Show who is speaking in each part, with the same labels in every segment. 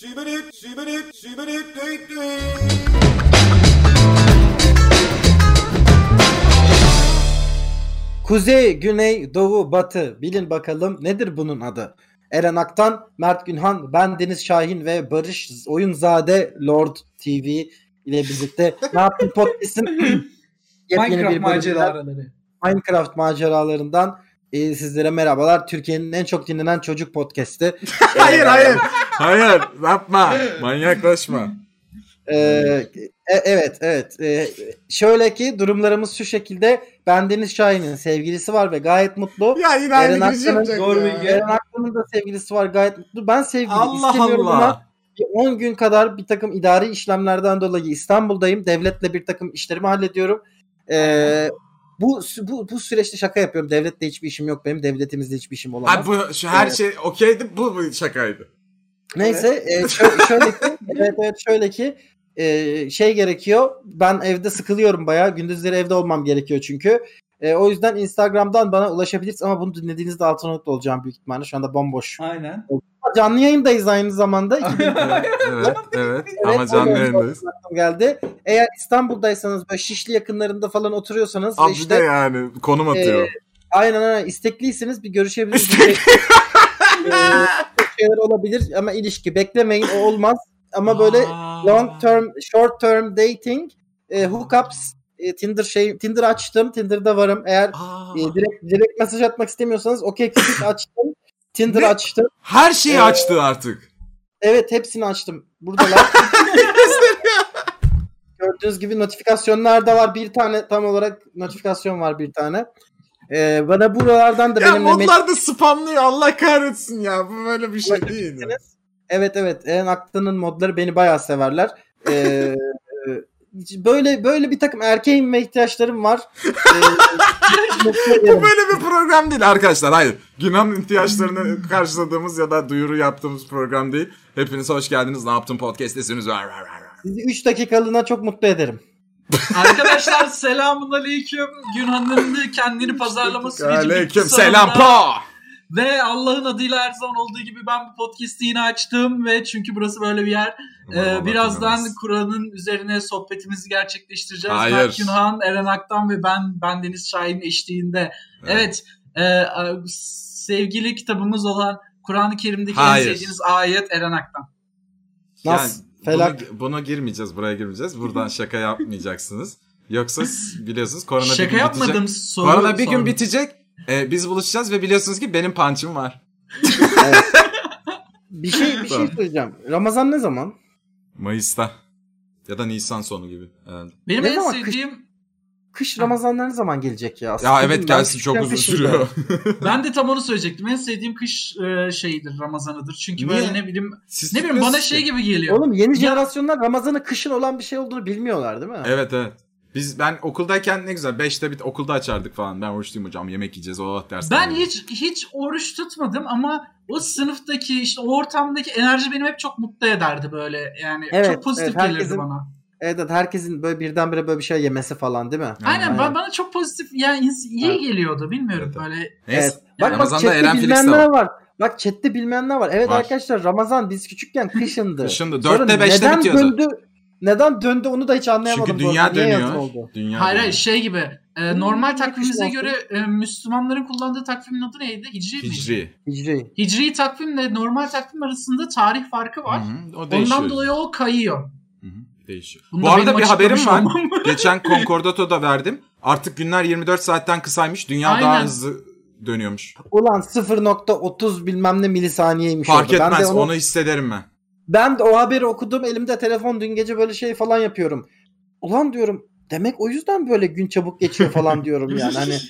Speaker 1: Sübülüp, sübülüp, sübülüp, düt düt.
Speaker 2: Kuzey, güney, doğu, batı. Bilin bakalım nedir bunun adı? Eren Aktan, Mert Günhan, ben Deniz Şahin ve Barış Oyunzade Lord TV ile birlikte ne yaptın podcast'ın yepyeni
Speaker 3: Minecraft
Speaker 2: bir bölümünden,
Speaker 3: maceraları.
Speaker 2: Minecraft maceralarından e, sizlere merhabalar. Türkiye'nin en çok dinlenen çocuk podcast'i.
Speaker 4: Hayır hayır. Hayır yapma. Manyaklaşma.
Speaker 2: Ee, e- evet evet. Ee, şöyle ki durumlarımız şu şekilde. Ben Deniz Şahin'in sevgilisi var ve gayet mutlu.
Speaker 4: Ya yine
Speaker 2: Eren
Speaker 4: aynı giriş
Speaker 2: Aktan'ın
Speaker 4: yapacak
Speaker 3: doğru
Speaker 4: ya.
Speaker 3: bilgi.
Speaker 2: Eren Aktan'ın da sevgilisi var gayet mutlu. Ben sevgili
Speaker 4: Allah
Speaker 2: istemiyorum ama
Speaker 4: Allah.
Speaker 2: bir 10 gün kadar bir takım idari işlemlerden dolayı İstanbul'dayım. Devletle bir takım işlerimi hallediyorum. Ee, bu, bu bu süreçte şaka yapıyorum. Devletle hiçbir işim yok benim. Devletimizle hiçbir işim olamaz.
Speaker 4: Abi bu şu her
Speaker 2: Evet.
Speaker 4: şey okeydi. Bu, bu şakaydı.
Speaker 2: Neyse e, şö- şöyle ki evet evet şöyle ki e, şey gerekiyor. Ben evde sıkılıyorum bayağı. Gündüzleri evde olmam gerekiyor çünkü. E, o yüzden Instagram'dan bana ulaşabilirsiniz ama bunu dinlediğinizde altın nokta olacağım büyük ihtimalle. Şu anda bomboş.
Speaker 3: Aynen.
Speaker 2: Canlı yayındayız aynı zamanda. İki bin
Speaker 4: Evet, evet, evet. Ah, Ama
Speaker 2: Evet,
Speaker 4: canlı
Speaker 2: oluyor.
Speaker 4: yayındayız.
Speaker 2: geldi. Eğer İstanbul'daysanız böyle Şişli yakınlarında falan oturuyorsanız ve
Speaker 4: Abi
Speaker 2: işte
Speaker 4: Ah,
Speaker 2: e,
Speaker 4: de yani konum atıyor.
Speaker 2: aynen aynen istekliyseniz bir görüşebiliriz.
Speaker 4: İstek-
Speaker 2: Ee, çok şeyler olabilir ama ilişki beklemeyin o olmaz. Ama böyle
Speaker 4: Aa.
Speaker 2: long term, short term dating, e, hookups, e, Tinder şey Tinder açtım. Tinder'da varım. Eğer
Speaker 4: Aa.
Speaker 2: e, direkt direkt mesaj atmak istemiyorsanız okey Cupid açtım. Tinder
Speaker 4: Ne?
Speaker 2: açtım.
Speaker 4: Her şeyi
Speaker 2: Ee,
Speaker 4: açtı artık.
Speaker 2: Evet hepsini açtım. Buradalar. Gördüğünüz gibi notifikasyonlar da var. Bir tane tam olarak notifikasyon var bir tane. Ee, bana buralardan da
Speaker 4: Ya
Speaker 2: benimle meşgul
Speaker 4: modlar da spamlıyor. Allah kahretsin ya. Bu böyle bir şey değil. ya.
Speaker 2: Evet evet. Eren Aktan'ın modları beni bayağı severler. Ee, e, böyle böyle bir takım erkeğim ve ihtiyaçlarım var. Ee, mutlu
Speaker 4: Bu
Speaker 2: ederim.
Speaker 4: böyle bir program değil arkadaşlar. Hayır. Günahın ihtiyaçlarını karşıladığımız ya da duyuru yaptığımız program değil. Hepiniz hoş geldiniz. Ne yaptın podcast'tesiniz. Var, var, var, var.
Speaker 2: Sizi 3 dakikalığına çok mutlu ederim.
Speaker 3: Arkadaşlar selamun aleyküm. Günhan'ın da kendini pazarlaması bizim
Speaker 4: Aleyküm
Speaker 3: iktisadında.
Speaker 4: selam po.
Speaker 3: Ve Allah'ın adıyla her zaman olduğu gibi ben bu podcast'i yine açtım ve çünkü burası böyle bir yer. Ee, birazdan Kur'an'ın üzerine sohbetimizi gerçekleştireceğiz.
Speaker 4: Hayır.
Speaker 3: Mert Günhan, Eren Aktan ve ben, ben Deniz Şahin eşliğinde. Evet, e, a- sevgili kitabımız olan Kur'an-ı Kerim'deki
Speaker 4: Hayır.
Speaker 3: en sevdiğiniz ayet Eren Aktan.
Speaker 2: Nasıl? Felak.
Speaker 4: Bunu, buna girmeyeceğiz. Buraya girmeyeceğiz. Buradan şaka yapmayacaksınız. Yoksa siz biliyorsunuz korona bir
Speaker 3: Şaka
Speaker 4: gün bitecek.
Speaker 3: yapmadım soru.
Speaker 4: Korona bir gün
Speaker 3: sordum.
Speaker 4: bitecek. Ee, biz buluşacağız ve biliyorsunuz ki benim punch'ım var.
Speaker 2: Bir şey bir şey
Speaker 4: Tamam.
Speaker 2: söyleyeceğim. Ramazan ne zaman?
Speaker 4: Mayıs'ta. Ya da Nisan sonu gibi. herhalde.
Speaker 3: Benim
Speaker 2: Ne
Speaker 3: en
Speaker 2: zaman
Speaker 3: sevdiğim,
Speaker 2: Kış Ramazanlar ne zaman gelecek ya?
Speaker 4: Ya
Speaker 2: Sıkıldım
Speaker 4: evet
Speaker 2: ben.
Speaker 4: gelsin çok
Speaker 2: Kıştan
Speaker 4: uzun
Speaker 2: kışın
Speaker 4: sürüyor.
Speaker 3: ben de tam onu söyleyecektim. En sevdiğim kış e, şeyidir, Ramazanıdır. Çünkü
Speaker 4: Niye?
Speaker 3: böyle ne bileyim,
Speaker 4: Siz
Speaker 3: ne bileyim bana
Speaker 4: bilmiyorsunuz
Speaker 3: şey
Speaker 4: ki.
Speaker 3: gibi
Speaker 2: böyle.
Speaker 3: geliyor.
Speaker 2: Oğlum yeni
Speaker 3: Ya-
Speaker 2: jenerasyonlar Ramazan'ın kışın olan bir şey olduğunu bilmiyorlar değil mi?
Speaker 4: Evet evet. Biz ben okuldayken ne güzel 5'te bit okulda açardık falan. Ben oruçluyum hocam yemek yiyeceğiz. Oh dersten.
Speaker 3: Ben
Speaker 4: yedim.
Speaker 3: hiç hiç oruç tutmadım ama o sınıftaki işte o ortamdaki enerji beni hep çok mutlu ederdi böyle yani
Speaker 2: Evet,
Speaker 3: çok pozitif
Speaker 2: evet,
Speaker 3: gelirdi
Speaker 2: herkesin-
Speaker 3: bana.
Speaker 2: Evet, evet herkesin böyle birdenbire böyle bir şey yemesi falan değil mi?
Speaker 3: Aynen,
Speaker 2: aynen.
Speaker 3: ben- bana çok pozitif yani ins- iyi
Speaker 2: Evet.
Speaker 3: geliyordu bilmiyorum
Speaker 4: Evet,
Speaker 3: böyle.
Speaker 4: Neyse.
Speaker 2: Evet. Bak bak
Speaker 4: Ramazan'da
Speaker 2: chatte
Speaker 4: Eren Felix de
Speaker 2: bilmeyenler
Speaker 4: var.
Speaker 2: var. Bak chatte bilmeyenler var. Evet
Speaker 4: Var.
Speaker 2: arkadaşlar Ramazan biz küçükken kışındı.
Speaker 4: Kışındı.
Speaker 2: Sonra
Speaker 4: Dörtte, beşte
Speaker 2: neden
Speaker 4: bitiyordu.
Speaker 2: Döndü, neden döndü onu da hiç anlayamadım.
Speaker 4: Çünkü
Speaker 2: bu arada.
Speaker 4: dünya
Speaker 2: Niye yazın
Speaker 4: dönüyor.
Speaker 2: oldu?
Speaker 4: Dünya
Speaker 3: Hayır hayır
Speaker 4: dönüyor.
Speaker 3: şey gibi e, normal
Speaker 2: Hmm,
Speaker 3: takvimimize
Speaker 2: yakışmaz.
Speaker 3: göre e, Müslümanların kullandığı takvimin adı neydi? Hicri, miydi?
Speaker 4: Hicri.
Speaker 2: Hicri.
Speaker 3: Hicri takvimle normal takvim arasında tarih farkı var.
Speaker 4: Hı hı, O değişiyor.
Speaker 3: Ondan dolayı o kayıyor.
Speaker 4: Hı hı, Değişiyor.
Speaker 3: Bunu
Speaker 4: Bu
Speaker 3: da
Speaker 4: arada
Speaker 3: benim
Speaker 4: bir haberim
Speaker 3: açıklamış
Speaker 4: var.
Speaker 3: olmam.
Speaker 4: Geçen Concordato'da verdim. Artık günler 24 saatten kısaymış. Dünya daha
Speaker 3: Aynen.
Speaker 4: hızlı dönüyormuş.
Speaker 2: Ulan 0.30 bilmem ne milisaniyeymiş
Speaker 4: Fark
Speaker 2: orada. şey Ben de
Speaker 4: etmez.
Speaker 2: onu,
Speaker 4: Onu hissederim ben.
Speaker 2: ben de o haberi okudum. Elimde telefon dün gece böyle şey falan yapıyorum. Ulan diyorum demek o yüzden böyle gün çabuk geçiyor falan diyorum yani. Hani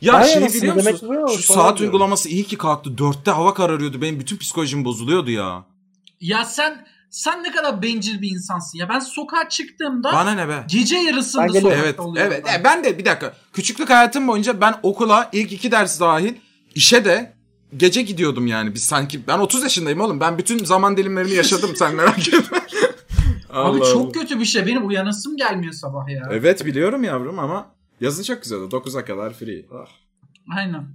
Speaker 4: Ya
Speaker 2: Vay
Speaker 4: şey
Speaker 2: anasını,
Speaker 4: biliyor
Speaker 2: demek
Speaker 4: musunuz?
Speaker 2: ki böyle
Speaker 4: Şu
Speaker 2: olmuş falan
Speaker 4: saat
Speaker 2: diyorum.
Speaker 4: uygulaması iyi ki kalktı. Dörtte hava kararıyordu. Benim bütün psikolojim bozuluyordu ya.
Speaker 3: Ya sen sen ne kadar bencil bir insansın ya. Ben sokağa çıktığımda
Speaker 4: Bana ne be?
Speaker 3: Gece yarısında
Speaker 2: Ben geliyorum.
Speaker 3: sokakta
Speaker 4: Evet,
Speaker 3: oluyorum
Speaker 4: evet.
Speaker 3: ben.
Speaker 4: E, Ben de bir dakika. Küçüklük hayatım boyunca ben okula ilk iki ders dahil işe de gece gidiyordum yani. Biz sanki ben 30 yaşındayım oğlum. Ben bütün zaman dilimlerini yaşadım sen merak etme.
Speaker 3: Abi
Speaker 4: Allah Allah.
Speaker 3: çok kötü bir şey. Benim uyanasım gelmiyor sabah ya.
Speaker 4: Evet biliyorum yavrum ama yazın çok güzeldi. 9'a kadar free. Ah.
Speaker 3: Aynen.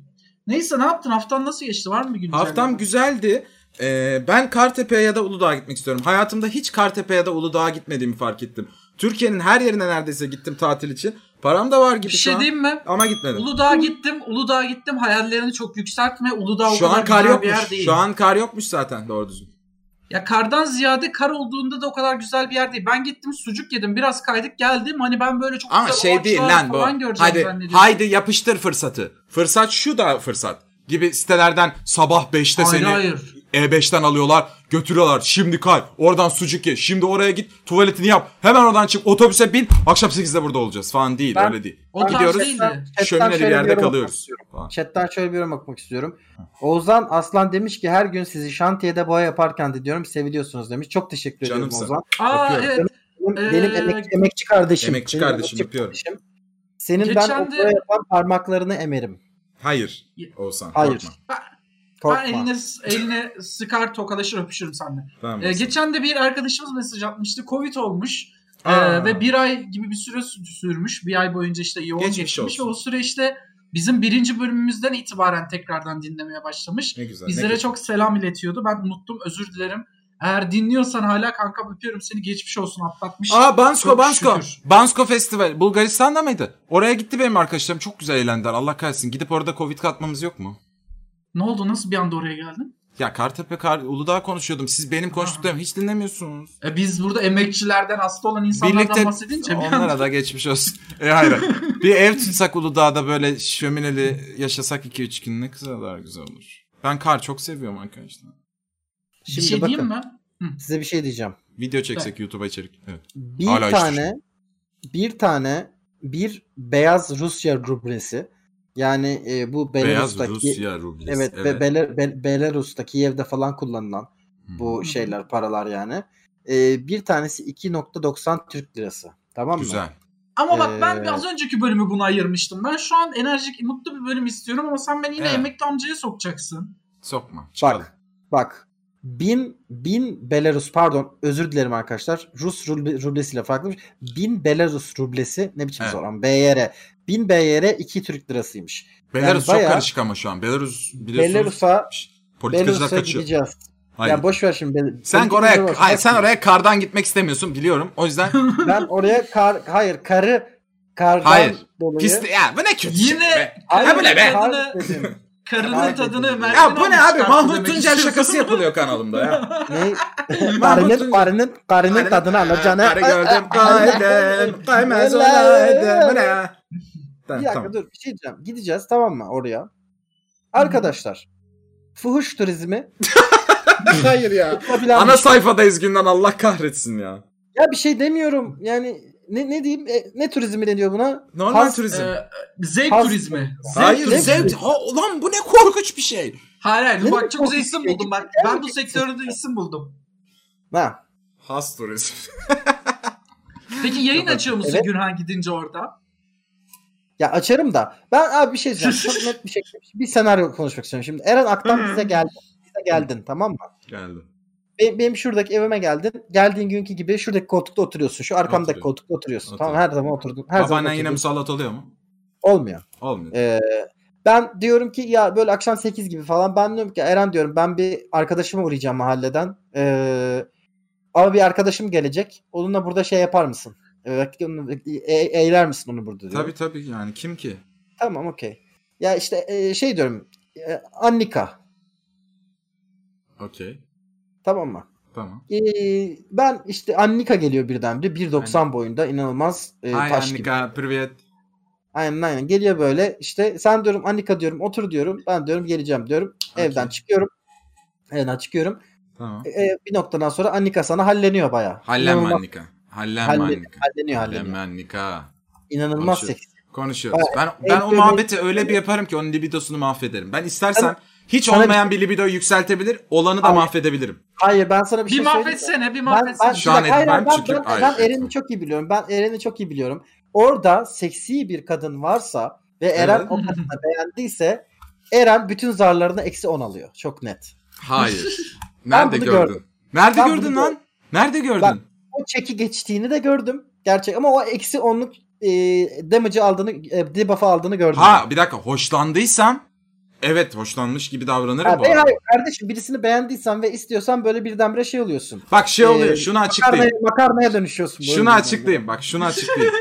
Speaker 3: Neyse ne yaptın? Haftan nasıl geçti? Var mı bir güncelleme?
Speaker 4: Haftam güzeldi. Ee, ben Kartepe'ye ya da Uludağ'a gitmek istiyorum. Hayatımda hiç Kartepe'ye ya da Uludağ'a gitmediğimi fark ettim. Türkiye'nin her yerine neredeyse gittim tatil için. Param da var gibi
Speaker 3: Bir
Speaker 4: şu
Speaker 3: şey
Speaker 4: an.
Speaker 3: diyeyim mi?
Speaker 4: Ama gitmedim.
Speaker 3: Uludağ'a gittim. Uludağ'a gittim. Hayallerini çok yükseltme. Uludağ o
Speaker 4: Şu
Speaker 3: kadar
Speaker 4: an kar
Speaker 3: güzel bir yer
Speaker 4: yokmuş.
Speaker 3: değil.
Speaker 4: Şu an kar yokmuş zaten doğru düzgün.
Speaker 3: Ya kardan ziyade kar olduğunda da o kadar güzel bir yer değil. Ben gittim sucuk yedim. Biraz kaydık geldim. Hani ben böyle çok
Speaker 4: Ama
Speaker 3: güzel
Speaker 4: şey değil
Speaker 3: ağaçlar
Speaker 4: lan bu.
Speaker 3: falan göreceğim
Speaker 4: Hadi,
Speaker 3: zannediyorum.
Speaker 4: haydi yapıştır fırsatı. Fırsat şu da fırsat. Gibi sitelerden sabah 5'te
Speaker 3: Hayır
Speaker 4: seni
Speaker 3: hayır.
Speaker 4: E5'ten alıyorlar. Götürüyorlar. Şimdi kay. Oradan sucuk ye. Şimdi oraya git. Tuvaletini yap. Hemen oradan çık. Otobüse bin. Akşam 8'de burada olacağız falan değil.
Speaker 2: Ben-
Speaker 4: öyle değil.
Speaker 3: O tarz
Speaker 4: Gidiyoruz.
Speaker 3: değildi.
Speaker 2: Chatten
Speaker 4: Şömineli bir
Speaker 2: şöyle
Speaker 4: yerde
Speaker 2: yorum
Speaker 4: kalıyoruz.
Speaker 2: yapmak istiyorum.
Speaker 4: Falan.
Speaker 2: Chatten şöyle bir yorum okumak istiyorum. Ozan Aslan demiş ki her gün sizi şantiyede boya yaparken de diyorum seviliyorsunuz demiş. Çok teşekkür
Speaker 4: Canım
Speaker 2: ediyorum
Speaker 4: sen.
Speaker 2: Ozan.
Speaker 3: Aa
Speaker 4: Bakıyorum.
Speaker 3: evet.
Speaker 2: Benim,
Speaker 3: Ee,
Speaker 2: benim emek, emekçi kardeşim.
Speaker 4: emekçi
Speaker 2: Benim
Speaker 4: kardeşim, yapıyorum.
Speaker 2: kardeşim. Senin ben
Speaker 3: Geçen
Speaker 2: o
Speaker 3: de-
Speaker 2: boya yapan parmaklarını emerim.
Speaker 4: Hayır. Olsan.
Speaker 2: Hayır.
Speaker 4: Korkma.
Speaker 2: Korkma.
Speaker 3: Ben eline, eline sıkar tokalaşır öpüşürüm seninle.
Speaker 4: Tamam.
Speaker 3: Ee, geçen de bir arkadaşımız mesaj atmıştı. Covid olmuş. Ee,
Speaker 4: Aa.
Speaker 3: ve bir ay gibi bir süre sü- sürmüş. Bir ay boyunca işte yoğun
Speaker 4: Geçmiş
Speaker 3: geçmiş
Speaker 4: olsun.
Speaker 3: ve o süreçte bizim birinci bölümümüzden itibaren tekrardan dinlemeye başlamış.
Speaker 4: Ne güzel. ne
Speaker 3: Bizlere
Speaker 4: güzel.
Speaker 3: çok selam iletiyordu. Ben unuttum. Özür dilerim. Eğer dinliyorsan hala kanka öpüyorum seni. Geçmiş olsun atlatmış.
Speaker 4: Aa Bansko
Speaker 3: Çok
Speaker 4: Bansko.
Speaker 3: şükür.
Speaker 4: Bansko Festival. Bulgaristan'da mıydı? Oraya gitti benim arkadaşlarım. Çok güzel eğlendiler. Allah kahretsin. Gidip orada Covid katmamız yok mu?
Speaker 3: Ne oldu? Nasıl bir anda oraya geldin?
Speaker 4: Ya Kartepe Kar Uludağ konuşuyordum. Siz benim konuştuklarımı hiç dinlemiyorsunuz.
Speaker 3: E, biz burada emekçilerden hasta olan insanlardan
Speaker 4: Birlikte
Speaker 3: bahsedince bir anda-
Speaker 4: onlara da geçmiş olsun. E hayır. bir ev tutsak Uludağ'da böyle şömineli yaşasak 2-3 gün ne kadar güzel olur. Ben kar çok seviyorum arkadaşlar.
Speaker 3: bir
Speaker 2: Şimdi
Speaker 3: şey
Speaker 2: bakın
Speaker 3: diyeyim mi?
Speaker 2: size bir şey diyeceğim.
Speaker 4: Video çeksek YouTube'a içerik. Evet.
Speaker 2: Bir
Speaker 4: Hala hiç
Speaker 2: tane bir tane bir beyaz Rusya rublesi yani e, bu
Speaker 4: Beyaz
Speaker 2: Belarus'taki
Speaker 4: Rusya rublesi.
Speaker 2: evet, Be- Bele- Be- Belarus'ta Kiev'de falan kullanılan bu
Speaker 3: Hı.
Speaker 2: şeyler paralar yani. E, bir tanesi 2.90 Türk lirası. Tamam mı?
Speaker 4: Güzel.
Speaker 3: Ama bak ben
Speaker 2: Ee,
Speaker 3: az önceki bölümü buna ayırmıştım. Ben şu an enerjik, mutlu bir bölüm istiyorum ama sen beni yine
Speaker 4: Evet.
Speaker 3: emekli amcaya sokacaksın.
Speaker 4: Sokma. Çıkalım.
Speaker 2: Bak. Bak. Bin, bin Belarus pardon özür dilerim arkadaşlar. Rus ruble, rublesiyle farklı. Bin Belarus rublesi ne biçim
Speaker 4: Evet.
Speaker 2: zor ama BYR. Bin BYR 2 Türk lirasıymış.
Speaker 4: Belarus
Speaker 2: bayağı-
Speaker 4: çok karışık ama şu an. Belarus biliyorsunuz.
Speaker 2: Belarus'a
Speaker 4: politikacılar
Speaker 2: Belarus'a
Speaker 4: kaçıyor.
Speaker 2: gideceğiz.
Speaker 4: Hayır.
Speaker 2: Ya boş ver şimdi. Bel-
Speaker 4: sen
Speaker 2: politikacılar boş ver.
Speaker 4: oraya hayır, sen
Speaker 2: Bak
Speaker 4: oraya kardan gitmek istemiyorsun biliyorum. O yüzden
Speaker 2: şimdi, Ben oraya kar hayır karı kardan
Speaker 4: Hayır.
Speaker 2: dolayı.
Speaker 4: pis ya bu ne kötü
Speaker 3: Yine-
Speaker 4: şey be.
Speaker 2: Hayır,
Speaker 4: Ha bu ne be?
Speaker 2: kar dedim.
Speaker 3: Karının
Speaker 2: Ay,
Speaker 3: tadını
Speaker 2: dedim.
Speaker 3: Mert'in
Speaker 4: Ya bu ne
Speaker 3: almış
Speaker 4: abi?
Speaker 3: kartı
Speaker 4: Mahmut
Speaker 3: demek
Speaker 4: Tuncel
Speaker 3: istiyorsun.
Speaker 4: şakası yapılıyor kanalımda ya. Hani
Speaker 2: Ne?
Speaker 4: Mahmut'un-
Speaker 2: Karının karının karının tadını alacağını.
Speaker 4: Karı gördüm kaydem. Kaymaz olaydım. Bu ne ya?
Speaker 2: Bir
Speaker 4: Tamam,
Speaker 2: dakika
Speaker 4: tamam.
Speaker 2: dur bir şey diyeceğim. Gideceğiz tamam mı oraya? Arkadaşlar fuhuş turizmi
Speaker 4: Hayır ya.
Speaker 2: yapılabilen bir
Speaker 4: Ana
Speaker 2: şey.
Speaker 4: sayfadayız günden Allah kahretsin ya.
Speaker 2: Ya bir şey demiyorum. Yani ne, ne diyeyim? E, ne turizmi deniyor buna?
Speaker 4: Normal
Speaker 2: Has-
Speaker 4: turizm.
Speaker 3: Ee, zevk
Speaker 2: Has-
Speaker 3: turizmi. Zevk
Speaker 4: Hayır
Speaker 3: turizmi.
Speaker 4: zevk. Ha, ulan bu ne korkunç bir şey.
Speaker 3: Hayır hayır.
Speaker 2: Ne
Speaker 3: Bak
Speaker 2: demek
Speaker 3: çok güzel
Speaker 2: korkunç
Speaker 3: isim
Speaker 2: şey?
Speaker 3: buldum bak.
Speaker 2: Gel
Speaker 3: Ben
Speaker 2: bir
Speaker 3: bu
Speaker 2: şey.
Speaker 3: sektörde isim buldum.
Speaker 2: Ha.
Speaker 4: Has turizm.
Speaker 3: Peki yayın açıyor musun
Speaker 2: Evet.
Speaker 3: Gürhan gidince orada?
Speaker 2: Ya açarım da. Ben abi bir şey diyeceğim. Çok net bir şekilde bir senaryo konuşmak istiyorum. Şimdi Eren Aktan bize geldi. Bize geldin tamam mı?
Speaker 4: Geldi.
Speaker 2: Benim, benim şuradaki evime geldin. Geldiğin günkü gibi şuradaki koltukta oturuyorsun. Şu arkamdaki
Speaker 4: Oturuyorum.
Speaker 2: koltukta oturuyorsun. Tamam
Speaker 4: Oturuyorum.
Speaker 2: her zaman oturdun. Her zaman
Speaker 4: Babaannen
Speaker 2: oturdun.
Speaker 4: yine musallat oluyor mu?
Speaker 2: Olmuyor.
Speaker 4: Olmuyor.
Speaker 2: Ee, ben diyorum ki ya böyle akşam 8 gibi falan ben diyorum ki Eren diyorum ben bir arkadaşıma uğrayacağım mahalleden. Ee, ama bir arkadaşım gelecek. Onunla burada şey yapar mısın? Ee, onu- e- eğler misin onu burada diyorum.
Speaker 4: Tabii tabii yani kim ki?
Speaker 2: Tamam okey. Ya işte e, şey diyorum. e, Annika.
Speaker 4: Okey.
Speaker 2: Tamam mı?
Speaker 4: Tamam.
Speaker 2: Ee, ben işte Annika geliyor birdenbire. 1.90 boyunda inanılmaz e,
Speaker 4: Hay
Speaker 2: taş gibi.
Speaker 4: Annika, privyet.
Speaker 2: Aynen aynen geliyor böyle işte sen diyorum Annika diyorum otur diyorum ben diyorum geleceğim diyorum
Speaker 4: Okey.
Speaker 2: evden çıkıyorum evden çıkıyorum
Speaker 4: Tamam.
Speaker 2: E, e, bir noktadan sonra Annika sana halleniyor baya
Speaker 4: Hallem Annika. Hallem
Speaker 2: Halle-
Speaker 4: Annika.
Speaker 2: halleniyor
Speaker 4: Hallem
Speaker 2: halleniyor
Speaker 4: Annika.
Speaker 2: inanılmaz
Speaker 4: Konuşuyor.
Speaker 2: seksi
Speaker 4: Konuşuyoruz. Ben ben
Speaker 2: Evet,
Speaker 4: o
Speaker 2: evet.
Speaker 4: muhabbeti öyle bir yaparım ki onun libidosunu mahvederim. Ben istersen hiç
Speaker 2: sana
Speaker 4: olmayan bir libido yükseltebilir, olanı da
Speaker 2: Hayır.
Speaker 4: mahvedebilirim.
Speaker 2: hayır ben sana bir,
Speaker 3: Bir,
Speaker 2: şey söyleyeyim mi?
Speaker 3: mahvetsene bir
Speaker 2: ben, ben,
Speaker 3: mahvetsene.
Speaker 4: Şu an
Speaker 2: bak, hayır,
Speaker 4: etmem
Speaker 2: ben,
Speaker 4: çünkü-
Speaker 2: ben,
Speaker 4: hayır,
Speaker 2: ben
Speaker 4: evet,
Speaker 2: Eren'i
Speaker 4: tamam.
Speaker 2: çok iyi biliyorum ben Eren'i çok iyi biliyorum orada seksi bir kadın varsa ve Eren
Speaker 4: Evet.
Speaker 2: o kadını beğendiyse Eren bütün zarlarına eksi 10 alıyor çok net
Speaker 4: Hayır. Nerede
Speaker 2: bunu
Speaker 4: gördün?
Speaker 2: gördüm.
Speaker 4: Nerede
Speaker 2: Ben
Speaker 4: gördün
Speaker 2: bunu
Speaker 4: lan? Nerede gördün?
Speaker 2: Ben- o çeki geçtiğini de gördüm. Gerçek ama o eksi 10'luk e, damage'ı aldığını, e, debuff'ı aldığını gördüm.
Speaker 4: Ha bir dakika hoşlandıysam evet hoşlanmış gibi davranırım
Speaker 2: Ya
Speaker 4: bu. arada.
Speaker 2: veya e, kardeşim birisini beğendiysen ve istiyorsan böyle birdenbire şey oluyorsun.
Speaker 4: Bak şey oluyor
Speaker 2: Ee,
Speaker 4: şunu açıklayayım.
Speaker 2: Makarnaya, makarnaya dönüşüyorsun. böyle
Speaker 4: Şunu
Speaker 2: bir
Speaker 4: açıklayayım bak şunu açıklayayım.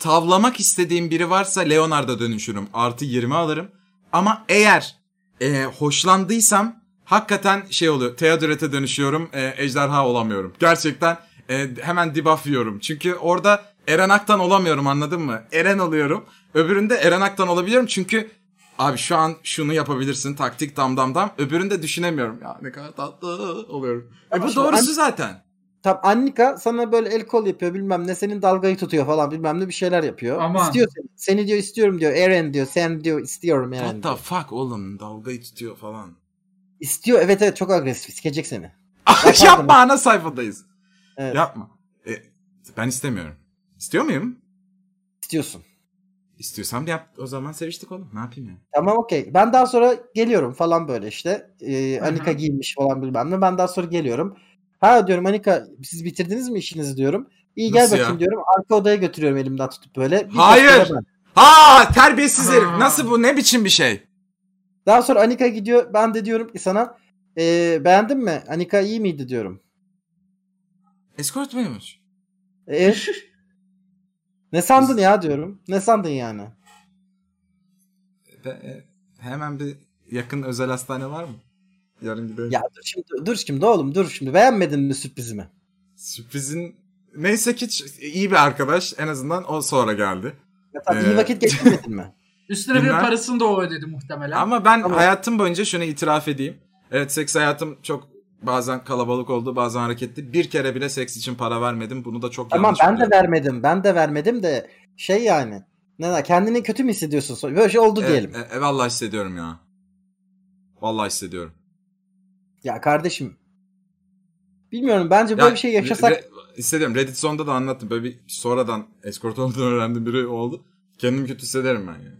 Speaker 4: Tavlamak istediğim biri varsa Leonard'a dönüşürüm. Artı 20 alırım. Ama eğer e, hoşlandıysam hakikaten şey oluyor. Theodoret'e dönüşüyorum. e, ejderha olamıyorum. Gerçekten e, hemen debuff yiyorum. Çünkü orada Eren Aktan olamıyorum anladın mı? Eren alıyorum. Öbüründe Eren Aktan olabiliyorum çünkü abi şu an şunu yapabilirsin taktik dam dam dam. Öbüründe düşünemiyorum. Ya ne kadar tatlı oluyorum. E bu
Speaker 2: Ama şu an-
Speaker 4: doğrusu zaten.
Speaker 2: Tam Annika sana böyle el kol yapıyor bilmem ne senin dalgayı tutuyor falan bilmem ne bir şeyler yapıyor.
Speaker 3: Aman.
Speaker 2: İstiyor seni. Seni diyor istiyorum diyor. Eren diyor. Sen diyor istiyorum yani.
Speaker 4: What the fuck oğlum dalgayı tutuyor falan.
Speaker 2: İstiyor evet evet çok agresif. Sikecek seni.
Speaker 4: Ah, Yapma ana sayfadayız.
Speaker 2: Evet.
Speaker 4: Yapma. E, ben istemiyorum. İstiyor muyum?
Speaker 2: istiyorsun.
Speaker 4: İstiyorsam yap. O zaman seviştik oğlum. Ne yapayım ya?
Speaker 2: Tamam okey. Ben daha sonra geliyorum falan böyle işte. Ee,
Speaker 3: Aha.
Speaker 2: Anika giymiş falan bilmem ne. Ben daha sonra geliyorum. Ha diyorum Anika siz bitirdiniz mi işinizi diyorum. İyi gel
Speaker 4: Nasıl
Speaker 2: bakayım
Speaker 4: ya?
Speaker 2: diyorum. Arka odaya götürüyorum elimden tutup böyle. Bir
Speaker 4: Hayır!
Speaker 2: dakikada ben.
Speaker 4: Ha terbiyesiz
Speaker 3: Ha.
Speaker 4: herif. Nasıl bu? Ne biçim bir şey?
Speaker 2: Daha sonra Anika gidiyor. Ben de diyorum ki sana "Ee, beğendin mi? Anika iyi miydi diyorum.
Speaker 4: Escort muymuş?
Speaker 2: Ee, ne sandın ya diyorum. Ne sandın yani?
Speaker 4: E, e, hemen bir yakın özel hastane var mı? Yarın gidelim.
Speaker 2: Ya dur şimdi dur şimdi oğlum dur şimdi beğenmedin mi sürprizimi?
Speaker 4: Sürprizin... Neyse ki ç- iyi bir arkadaş. En azından o sonra geldi.
Speaker 2: Ya tabii
Speaker 4: Ee,
Speaker 2: iyi vakit geçirmedin mi?
Speaker 3: Üstüne bir de
Speaker 4: Bilmem.
Speaker 3: parasını da o ödedi muhtemelen.
Speaker 4: Ama ben
Speaker 2: Ama-
Speaker 4: hayatım boyunca şunu itiraf edeyim. Evet seks hayatım çok bazen kalabalık oldu bazen hareketli. Bir kere bile seks için para vermedim. Bunu da çok
Speaker 2: Tamam
Speaker 4: yanlış
Speaker 2: ben de
Speaker 4: biliyorum.
Speaker 2: vermedim. Ben de vermedim de şey yani. Ne lan, kendini kötü mü hissediyorsun? sonra? Böyle şey oldu
Speaker 4: E,
Speaker 2: diyelim.
Speaker 4: E, e, vallahi hissediyorum ya. Vallahi hissediyorum.
Speaker 2: Ya kardeşim. Bilmiyorum bence böyle
Speaker 4: Ya,
Speaker 2: bir şey yaşasak
Speaker 4: re- re- hissediyorum. Reddit sonda da anlattım. Böyle bir sonradan eskort olduğunu öğrendim biri oldu. Kendimi kötü hissederim ben yani.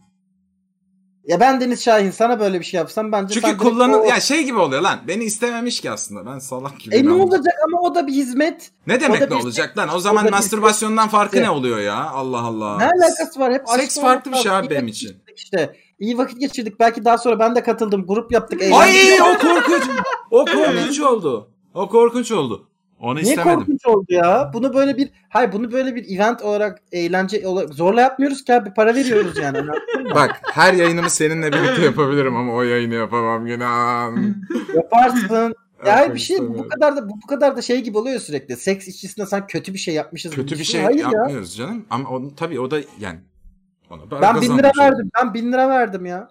Speaker 2: ya ben Deniz Şahin sana böyle bir şey yapsam bence sen
Speaker 4: Çünkü
Speaker 2: direkt
Speaker 4: kullanın
Speaker 2: o-
Speaker 4: ya şey gibi oluyor lan. Beni istememiş ki aslında. Ben salak gibi.
Speaker 2: E ne
Speaker 4: davranıyorum.
Speaker 2: olacak ama o da bir hizmet.
Speaker 4: Ne
Speaker 2: O da
Speaker 4: demek ne
Speaker 2: bir-
Speaker 4: olacak lan? O
Speaker 2: o
Speaker 4: zaman
Speaker 2: da bir-
Speaker 4: mastürbasyondan farkı
Speaker 2: Evet.
Speaker 4: ne oluyor ya? Allah Allah.
Speaker 2: Ne alakası var? Hep
Speaker 4: Seks
Speaker 2: aşkla
Speaker 4: farklı bir
Speaker 2: olmak
Speaker 4: şey
Speaker 2: lazım. İyi
Speaker 4: abi benim
Speaker 2: vakit
Speaker 4: için.
Speaker 2: geçirdik işte. İyi vakit geçirdik. Belki daha sonra ben de katıldım. Grup yaptık. eğlendik.
Speaker 4: Ay o korkunç. O korkunç oldu. O korkunç oldu. Onu
Speaker 2: Niye
Speaker 4: istemedim.
Speaker 2: korkunç oldu ya? Bunu böyle bir hayır bunu böyle bir event olarak eğlence olarak zorla yapmıyoruz ki abi para veriyoruz yani. Anladın mı?
Speaker 4: Bak her yayınımı seninle birlikte yapabilirim ama o yayını yapamam günah.
Speaker 2: Yaparsın. Ya hayır bir şey bu
Speaker 4: istemiyorum.
Speaker 2: kadar da bu kadar da şey gibi oluyor sürekli. Seks işçisine sen kötü bir şey yapmışız. gibi
Speaker 4: Kötü bir şey
Speaker 2: düşünüyor. Hayır ya.
Speaker 4: yapmıyoruz canım. Ama onu, tabii o da yani. Ona para
Speaker 2: Ben bin lira
Speaker 4: kazanmış oldu.
Speaker 2: verdim. Ben bin lira verdim ya.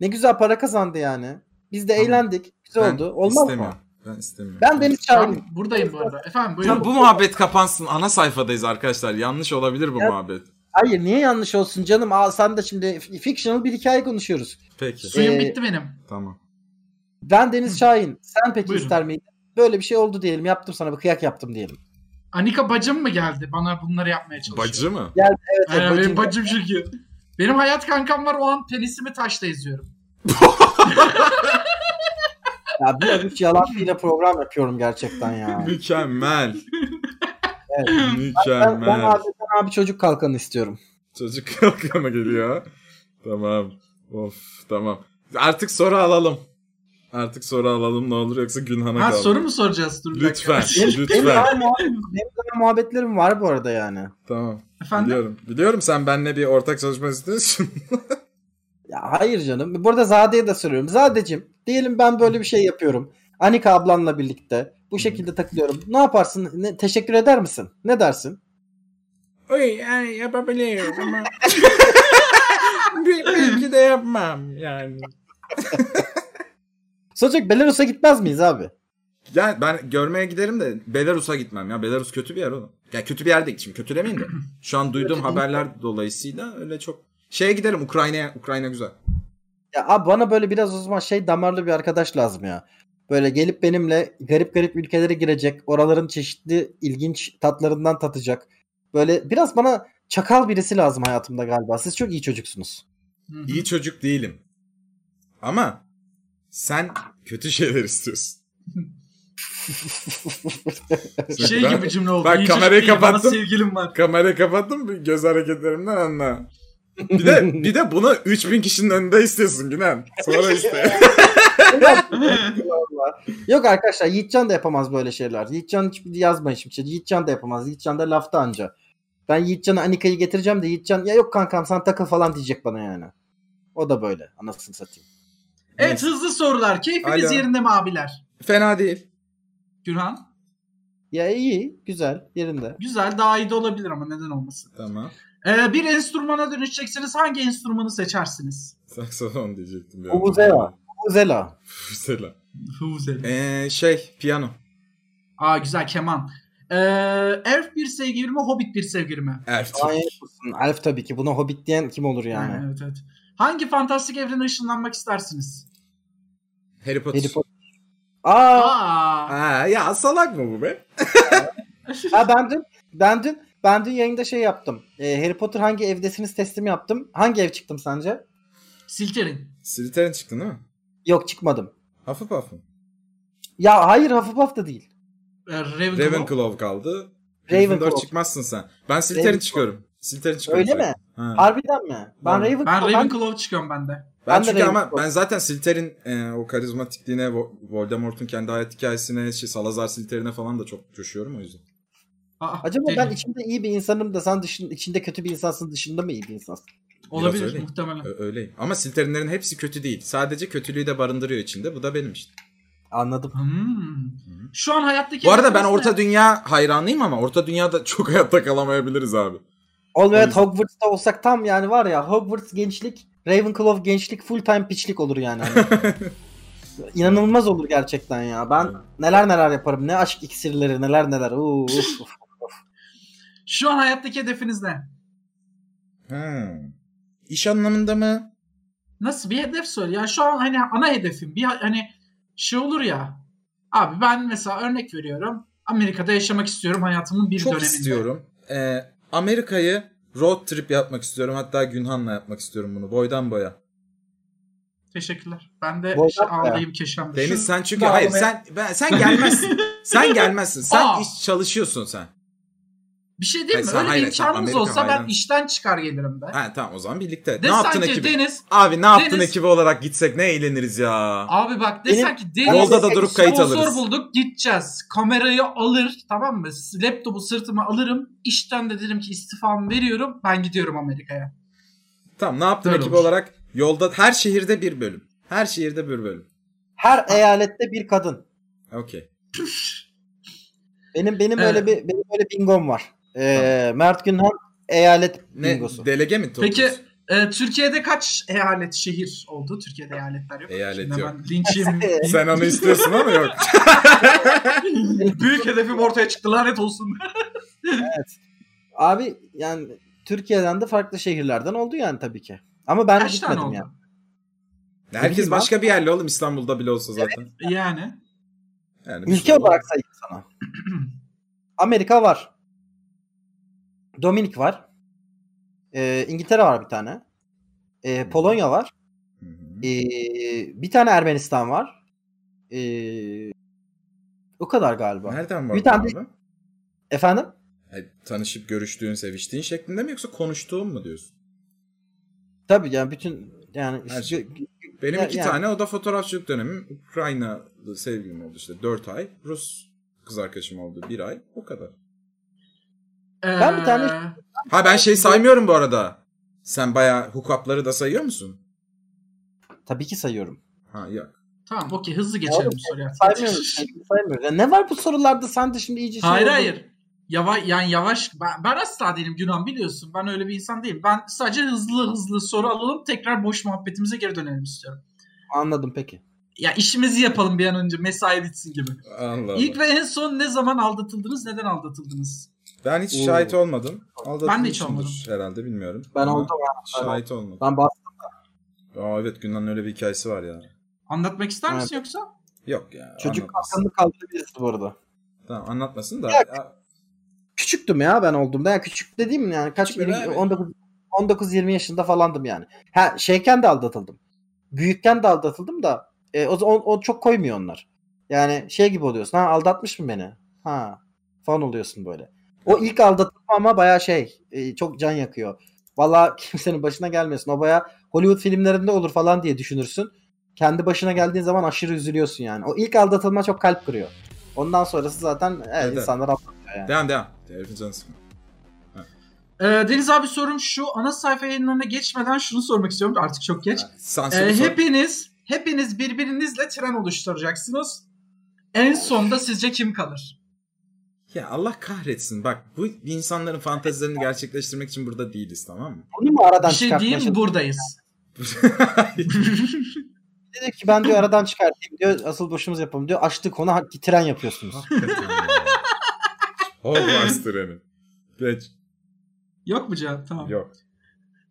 Speaker 2: Ne güzel para kazandı yani. Biz de
Speaker 4: Tamam.
Speaker 2: eğlendik. Güzel
Speaker 4: Ben
Speaker 2: oldu. Olmaz mı?
Speaker 4: istemiyorum. Ben istemiyorum.
Speaker 2: Ben Deniz Şahin.
Speaker 3: Tamam, buradayım bu arada. Efendim buyurun.
Speaker 4: Tamam, bu muhabbet kapansın. Ana sayfadayız arkadaşlar. Yanlış olabilir bu
Speaker 2: Ya-
Speaker 4: muhabbet.
Speaker 2: Hayır niye yanlış olsun canım? Aa, sen de şimdi f- fictional bir hikaye konuşuyoruz.
Speaker 4: Peki.
Speaker 3: Suyum
Speaker 2: Ee,
Speaker 3: bitti benim.
Speaker 4: Tamam.
Speaker 2: Ben Deniz Şahin. Sen peki
Speaker 3: Buyurun.
Speaker 2: ister miydin? Böyle bir şey oldu diyelim. Yaptım sana bir kıyak yaptım diyelim.
Speaker 3: Anika bacım mı geldi? Bana bunları yapmaya çalışıyor.
Speaker 4: Bacı mı?
Speaker 2: Evet,
Speaker 3: Aynen,
Speaker 2: bacım-
Speaker 3: benim bacım çünkü. Benim hayat kankam var o an penisimi taşla izliyorum.
Speaker 2: Ya bir avuç yalancıyla program yapıyorum gerçekten ya.
Speaker 4: Mükemmel.
Speaker 2: Evet. Ben,
Speaker 4: Mükemmel.
Speaker 2: ben, abi, ben abi çocuk kalkanı istiyorum.
Speaker 4: Çocuk kalkana geliyor. Tamam. Of tamam. Artık soru alalım. Artık soru alalım ne olur yoksa Günhan'a
Speaker 3: Ha
Speaker 4: kaldı.
Speaker 3: soru mu soracağız? Dur bir dakika.
Speaker 4: Lütfen.
Speaker 2: Benim
Speaker 4: lütfen.
Speaker 2: daha, muha- benim daha muhabbetlerim var bu arada yani.
Speaker 4: tamam.
Speaker 3: Efendim?
Speaker 4: Biliyorum. Biliyorum sen benimle bir ortak çalışma istiyorsun.
Speaker 2: Ya hayır canım. Burada Zade'ye de soruyorum. Zadeciğim diyelim ben böyle bir şey yapıyorum. Anika ablanla birlikte bu şekilde takılıyorum. Ne yaparsın? Ne, teşekkür eder misin? Ne dersin?
Speaker 4: Oy yani yapabiliyorum ama. Belki de yapmam yani.
Speaker 2: Sonuçta Belarus'a gitmez miyiz abi?
Speaker 4: Ya ben görmeye giderim de Belarus'a gitmem ya. Belarus kötü bir yer oğlum. Ya kötü bir yerde şimdi kötülemeyeyim de. Şu an duyduğum haberler dolayısıyla öyle çok. Şeye giderim Ukrayna'ya. Ukrayna güzel.
Speaker 2: Ya abi bana böyle biraz o zaman şey damarlı bir arkadaş lazım ya. Böyle gelip benimle garip garip ülkelere girecek. Oraların çeşitli ilginç tatlarından tatacak. Böyle biraz bana çakal birisi lazım hayatımda galiba. Siz çok iyi çocuksunuz.
Speaker 3: Hı hı.
Speaker 4: İyi çocuk değilim. Ama sen kötü şeyler istiyorsun.
Speaker 3: Şey gibi cümle oldu.
Speaker 4: Bak,
Speaker 3: İyi çocuk
Speaker 4: kamerayı
Speaker 3: değil, bana
Speaker 4: kapattım.
Speaker 3: sevgilim var.
Speaker 4: Kamerayı kapattım bir göz hareketlerimden anla. Bir de bir de bunu 3000 kişinin önünde istiyorsun Günen. Sonra iste.
Speaker 2: Vallahi. Yok arkadaşlar Yiğitcan da yapamaz böyle şeyler. Yiğitcan hiç yazmayın şimdi. Yiğitcan da yapamaz. Yiğitcan da lafta anca. Ben Yiğitcan'a Anika'yı getireceğim de Yiğitcan ya yok kankam sen takıl falan diyecek bana yani. O da böyle anasını satayım.
Speaker 3: Evet hızlı sorular. Keyfiniz
Speaker 4: Alo.
Speaker 3: yerinde mi abiler?
Speaker 4: Fena değil.
Speaker 3: Gürhan.
Speaker 2: Ya iyi güzel yerinde.
Speaker 3: Güzel daha iyi de olabilir ama neden olmasın.
Speaker 4: Tamam.
Speaker 3: Ee, bir enstrümana dönüşecekseniz hangi enstrümanı seçersiniz?
Speaker 4: Saksafon diyecektim. bir an.
Speaker 2: Vuvuzela. Vuvuzela.
Speaker 4: Vuvuzela.
Speaker 3: Huvzel.
Speaker 4: Ee, şey piyano.
Speaker 3: Aa güzel keman. Ee, elf bir sevgili mi Hobbit bir sevgili mi?
Speaker 4: Elf.
Speaker 2: Ay, olsun. Elf tabii ki. Buna hobbit diyen kim olur yani?
Speaker 3: Ha, evet evet. Hangi fantastik evrene ışınlanmak istersiniz?
Speaker 4: Harry Potter.
Speaker 2: Harry Potter. Aa,
Speaker 3: Aa.
Speaker 4: Aa, ya salak mı bu be?
Speaker 2: ha, ben dün, ben dün, ben dün yayında şey yaptım. Ee, Harry Potter hangi evdesiniz testimi yaptım. Hangi ev çıktım sence?
Speaker 3: Silterin.
Speaker 4: Slytherin çıktın değil mi?
Speaker 2: Yok çıkmadım.
Speaker 4: Hufflepuff mı?
Speaker 2: Ya hayır Hufflepuff da değil.
Speaker 3: Ee, Ravenclaw.
Speaker 4: Ravenclaw kaldı.
Speaker 2: Ravenclaw.
Speaker 4: Ravenclaw çıkmazsın sen. Ben Slytherin
Speaker 2: Ravenclaw.
Speaker 4: çıkıyorum. Slytherin çıkıyorum.
Speaker 2: Öyle
Speaker 4: sürekli.
Speaker 2: mi?
Speaker 4: Ha.
Speaker 2: Harbiden mi? Ben
Speaker 4: Ben-
Speaker 2: Ravenclaw.
Speaker 3: Ben
Speaker 2: ben-
Speaker 3: Ravenclaw çıkıyorum ben de.
Speaker 4: Ben
Speaker 2: Ben de
Speaker 4: çünkü ama
Speaker 2: Ravenclaw.
Speaker 4: ben zaten Slytherin e, o karizmatikliğine, Vo- Voldemort'un kendi hayat hikayesine, şey, Salazar Slytherin'e falan da çok coşuyorum o yüzden.
Speaker 3: Aa,
Speaker 2: Acaba
Speaker 3: deli.
Speaker 2: ben içimde iyi bir insanım da sen dışın, içinde kötü bir insansın dışında mı iyi bir insansın?
Speaker 4: Biraz
Speaker 3: Olabilir
Speaker 4: öyle.
Speaker 3: muhtemelen.
Speaker 4: Ö- öyleyim. Ama Slytherin'lerin hepsi kötü değil. Sadece kötülüğü de barındırıyor içinde. Bu da benim işte.
Speaker 2: Anladım.
Speaker 3: Hmm. Şu an hayattaki...
Speaker 4: Bu arada ben
Speaker 3: hedefiniz ne?
Speaker 4: Orta Dünya hayranıyım ama Orta Dünya'da çok hayatta kalamayabiliriz abi.
Speaker 2: Oğlum
Speaker 4: O
Speaker 2: evet
Speaker 4: yüzden-
Speaker 2: Hogwarts'ta olsak tam yani var ya Hogwarts gençlik, Ravenclaw gençlik full time piçlik olur yani. Hani. İnanılmaz olur gerçekten ya. Ben neler neler yaparım. Ne aşk iksirleri neler neler. Oo, uf, uf.
Speaker 3: Şu an hayattaki hedefiniz ne?
Speaker 4: Ha. İş anlamında mı?
Speaker 3: Nasıl bir hedef söyle? Ya şu an hani ana hedefim. Bir hani şey olur ya. Abi ben mesela örnek veriyorum. Amerika'da yaşamak istiyorum hayatımın bir
Speaker 4: Çok
Speaker 3: döneminde.
Speaker 4: istiyorum. Ee, Amerika'yı road trip yapmak istiyorum. Hatta Günhan'la yapmak istiyorum bunu. Boydan boya.
Speaker 3: Teşekkürler. Ben de
Speaker 2: Boydan
Speaker 3: şey,
Speaker 2: da.
Speaker 3: ağlayayım keşem.
Speaker 4: Deniz
Speaker 3: Şu-
Speaker 4: sen çünkü
Speaker 3: dağılmaya-
Speaker 4: hayır sen ben, sen gelmezsin. sen gelmezsin. Sen
Speaker 3: Aa.
Speaker 4: iş çalışıyorsun sen.
Speaker 3: Bir şey değil
Speaker 4: Hayır,
Speaker 3: mi?
Speaker 4: sen-
Speaker 3: Öyle
Speaker 4: hayır,
Speaker 3: bir imkanımız
Speaker 4: Amerika
Speaker 3: olsa ben
Speaker 4: hayran.
Speaker 3: işten çıkar gelirim ben.
Speaker 4: Ha tamam o zaman birlikte. ne
Speaker 3: Desen
Speaker 4: yaptın
Speaker 3: ki
Speaker 4: ekibi?
Speaker 3: Deniz.
Speaker 4: Abi ne yaptın
Speaker 3: Deniz-
Speaker 4: ekibi olarak gitsek ne eğleniriz ya.
Speaker 3: Abi bak desen
Speaker 2: Benim-
Speaker 3: ki Deniz.
Speaker 4: Yolda da
Speaker 2: Deniz-
Speaker 4: durup kayıt
Speaker 3: Sponsor
Speaker 4: alırız.
Speaker 3: bulduk gideceğiz. Kamerayı alır tamam mı? Laptopu sırtıma alırım. İşten de derim ki istifamı veriyorum. Ben gidiyorum Amerika'ya.
Speaker 4: Tamam ne yaptın
Speaker 3: Öyle
Speaker 4: ekibi
Speaker 3: olur.
Speaker 4: olarak? Yolda her şehirde bir bölüm. Her şehirde bir bölüm.
Speaker 2: Her eyalette bir kadın.
Speaker 4: Okey.
Speaker 2: Benim benim
Speaker 3: Evet.
Speaker 2: öyle bir benim öyle bingom var. Ee, Mert Günhan eyalet
Speaker 4: Ne
Speaker 2: bingosu.
Speaker 4: delege mi topluyorsun?
Speaker 3: Peki e, Türkiye'de kaç eyalet şehir oldu? Türkiye'de eyaletler yok.
Speaker 4: Eyalet
Speaker 3: Şimdi
Speaker 4: yok.
Speaker 3: ben linçim.
Speaker 4: Sen onu istiyorsun ama yok.
Speaker 3: Büyük hedefim ortaya çıktı lanet olsun.
Speaker 2: Abi yani Türkiye'den de farklı şehirlerden oldu yani tabii ki. Ama ben
Speaker 3: kaç tane
Speaker 2: gitmedim
Speaker 3: oldu?
Speaker 2: yani.
Speaker 4: Herkes başka bir yerli oğlum İstanbul'da bile olsa zaten.
Speaker 3: Yani.
Speaker 4: Yani bir
Speaker 2: Ülke
Speaker 4: şey olur.
Speaker 2: olarak sayayım sana. Amerika var. Dominik var. Ee, İngiltere var bir tane. Ee, Polonya var.
Speaker 4: Hı hı.
Speaker 2: Ee, bir tane Ermenistan var. Ee, o kadar galiba.
Speaker 4: Nereden var
Speaker 2: Bir tane-
Speaker 4: bu abi?
Speaker 2: Efendim?
Speaker 4: Hayır, tanışıp görüştüğün, seviştiğin şeklinde mi yoksa konuştuğun mu diyorsun?
Speaker 2: Tabii yani bütün yani
Speaker 4: Her
Speaker 2: işte
Speaker 4: şey.
Speaker 2: gö-
Speaker 4: Benim
Speaker 2: Ya-
Speaker 4: iki
Speaker 2: yani-
Speaker 4: tane o da fotoğrafçılık dönemim. Ukraynalı sevgilim oldu işte 4 ay. Rus kız arkadaşım oldu 1 ay. O kadar.
Speaker 2: Ben bir tane-
Speaker 3: Ee,
Speaker 4: Ha ben şey saymıyorum bu arada. Sen bayağı hookup'ları da sayıyor musun?
Speaker 2: tabii ki sayıyorum.
Speaker 4: Ha yok.
Speaker 3: Tamam okey hızlı geçelim bu soruya.
Speaker 2: Saymıyoruz. saymıyoruz. Ya ne var bu sorularda sen de şimdi iyice şey
Speaker 3: Hayır
Speaker 2: oldun.
Speaker 3: hayır. Yavaş yani yavaş ben, ben asla değilim Günan biliyorsun. Ben öyle bir insan değilim. Ben sadece hızlı hızlı soru alalım tekrar boş muhabbetimize geri dönelim istiyorum.
Speaker 2: Anladım peki.
Speaker 3: Ya işimizi yapalım bir an önce mesai bitsin gibi.
Speaker 4: Allah Allah.
Speaker 3: İlk ve en son ne zaman aldatıldınız? Neden aldatıldınız?
Speaker 4: Ben hiç
Speaker 2: Oo.
Speaker 4: şahit olmadım. Aldatılmışımdır
Speaker 3: Ben de hiç olmadım.
Speaker 4: Herhalde bilmiyorum.
Speaker 2: Ben
Speaker 4: Ama
Speaker 2: oldum.
Speaker 4: Şahit olmadım.
Speaker 2: Ben bas-
Speaker 4: Aa evet Günan'ın öyle bir hikayesi var ya.
Speaker 3: Anlatmak ister misin
Speaker 2: Evet.
Speaker 3: yoksa?
Speaker 4: Yok ya.
Speaker 2: çocuk
Speaker 4: anlatmasın.
Speaker 2: kalkanını kaldırabilirsin bu arada.
Speaker 4: Tamam anlatmasın da.
Speaker 2: Yok.
Speaker 4: Ya,
Speaker 2: küçüktüm ya ben olduğumda. Yani küçük dediğim yani kaç
Speaker 4: Küçük mü abi?
Speaker 2: 19 19 20 yaşında falandım yani. Ha şeyken de aldatıldım. Büyükken de aldatıldım da e, o, o o çok koymuyor onlar. Yani şey gibi oluyorsun. Ha aldatmış mı beni? Ha falan oluyorsun böyle. O ilk aldatılma ama bayağı şey e, çok can yakıyor. Valla kimsenin başına gelmesin. O baya Hollywood filmlerinde olur falan diye düşünürsün. Kendi başına geldiğin zaman aşırı üzülüyorsun yani. O ilk aldatılma çok kalp kırıyor. Ondan sonrası zaten e,
Speaker 4: Evet.
Speaker 2: insanlar
Speaker 4: Devam devam. Herifin canı sıkma.
Speaker 3: Ee, Deniz abi sorum şu. Ana sayfa yayınlarına geçmeden şunu sormak istiyorum. Artık çok geç.
Speaker 4: Sansürü
Speaker 3: Ee,
Speaker 4: sor.
Speaker 3: hepiniz hepiniz birbirinizle tren oluşturacaksınız. En sonda sizce kim kalır?
Speaker 4: Ya Allah kahretsin bak bu insanların fantezilerini gerçekleştirmek için burada değiliz tamam mı?
Speaker 2: bunu mu aradan
Speaker 3: Bir şey
Speaker 2: çıkartmaya
Speaker 3: diyeyim
Speaker 2: çalışıyor?
Speaker 3: buradayız.
Speaker 2: Dedi ki ben diyor aradan çıkartayım diyor. Asıl boşumuz yapalım diyor. Açtı konu hakiki tren yapıyorsunuz.
Speaker 4: Hogwarts treni. Geç.
Speaker 3: Yok mu cevap? Tamam.
Speaker 4: Yok.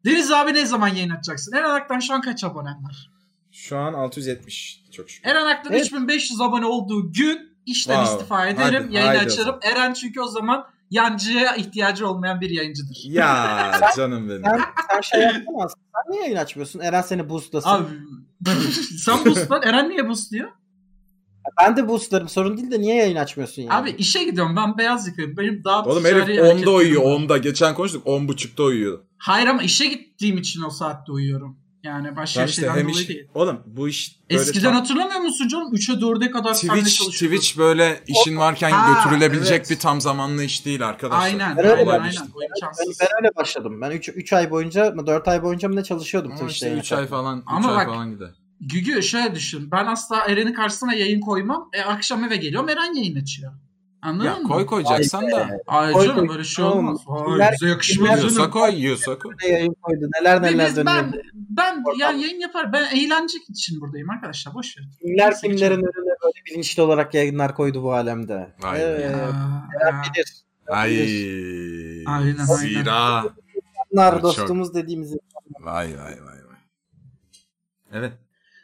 Speaker 3: Deniz abi ne zaman yayın açacaksın? Eren Ak'tan şu an kaç abonen var?
Speaker 4: Şu an 670. Çok şükür.
Speaker 3: Eren Ak'tan
Speaker 2: Evet.
Speaker 3: 3500 abone olduğu gün işten
Speaker 4: Wow.
Speaker 3: istifa ederim.
Speaker 4: Hadi,
Speaker 3: yayını
Speaker 4: haydi o
Speaker 3: açarım. Eren çünkü o zaman yancıya ihtiyacı olmayan bir yayıncıdır.
Speaker 4: Ya canım benim.
Speaker 2: sen, sen şey yapamazsın. Sen niye yayın açmıyorsun? Eren seni boostlasın.
Speaker 3: Abi sen boostlan. Eren niye boostluyor?
Speaker 2: Ben de boostlarım. Sorun değil de niye yayın açmıyorsun yani?
Speaker 3: Abi işe gidiyorum ben beyaz yıkıyorum. Benim daha
Speaker 4: Oğlum
Speaker 3: ticari
Speaker 4: herif
Speaker 3: hareketlerim
Speaker 4: 10'da uyuyor
Speaker 3: var.
Speaker 4: 10'da. Geçen konuştuk 10.30'da uyuyor.
Speaker 3: Hayır ama işe gittiğim için o saatte uyuyorum. Yani başka
Speaker 4: Ya
Speaker 3: bir
Speaker 4: işte
Speaker 3: şeyden
Speaker 4: hem
Speaker 3: dolayı
Speaker 4: iş...
Speaker 3: değil.
Speaker 4: Oğlum bu iş böyle
Speaker 3: Eskiden
Speaker 4: tam-
Speaker 3: hatırlamıyor musun canım? 3'e 4'e kadar senle
Speaker 4: Twitch,
Speaker 3: çalışıyorduk.
Speaker 4: Twitch böyle işin varken
Speaker 3: Ha,
Speaker 4: götürülebilecek
Speaker 3: evet.
Speaker 4: bir tam zamanlı iş değil arkadaşlar.
Speaker 3: Aynen
Speaker 2: Öyle
Speaker 3: aynen
Speaker 2: mi?
Speaker 3: aynen. O
Speaker 2: Ben,
Speaker 3: imkansız.
Speaker 2: ben öyle başladım. Ben 3 ay boyunca mı 4 ay boyunca mı ne çalışıyordum
Speaker 4: Ama
Speaker 2: Twitch'te
Speaker 4: işte
Speaker 2: yayın
Speaker 4: 3 ay
Speaker 2: açarken.
Speaker 4: falan, 3
Speaker 3: Ama
Speaker 4: ay
Speaker 3: bak-
Speaker 4: falan gider.
Speaker 3: Gügü şöyle düşün. Ben asla Eren'in karşısına yayın koymam. E, akşam eve geliyorum Eren yayın açıyor. Anladın
Speaker 4: Ya
Speaker 3: mı?
Speaker 4: koy koyacaksan da.
Speaker 3: Ay
Speaker 2: Koy,
Speaker 3: canım
Speaker 2: koy.
Speaker 3: böyle şey olmaz.
Speaker 2: Tamam.
Speaker 3: Ay, bize yakışmaz
Speaker 2: Kimler-
Speaker 4: Yiyorsa
Speaker 3: canım.
Speaker 4: koy, yiyorsa koy.
Speaker 2: Ne yayın koydu. Neler
Speaker 3: Ve
Speaker 2: neler
Speaker 3: biz- ben,
Speaker 2: dönüyor.
Speaker 3: ben
Speaker 2: Ortam.
Speaker 3: yani yayın yapar. Ben eğlencek için buradayım arkadaşlar. Boş ver.
Speaker 2: Kimler
Speaker 3: kimse
Speaker 2: kimlerin önüne böyle bilinçli olarak yayınlar koydu bu alemde.
Speaker 4: Aynen.
Speaker 2: Ee,
Speaker 3: Aa, aa.
Speaker 2: bilir.
Speaker 4: Ay.
Speaker 3: Aynen, aynen.
Speaker 4: Zira.
Speaker 2: Bunlar
Speaker 4: Çok-
Speaker 2: dostumuz dediğimiz
Speaker 4: Vay vay vay vay. Evet.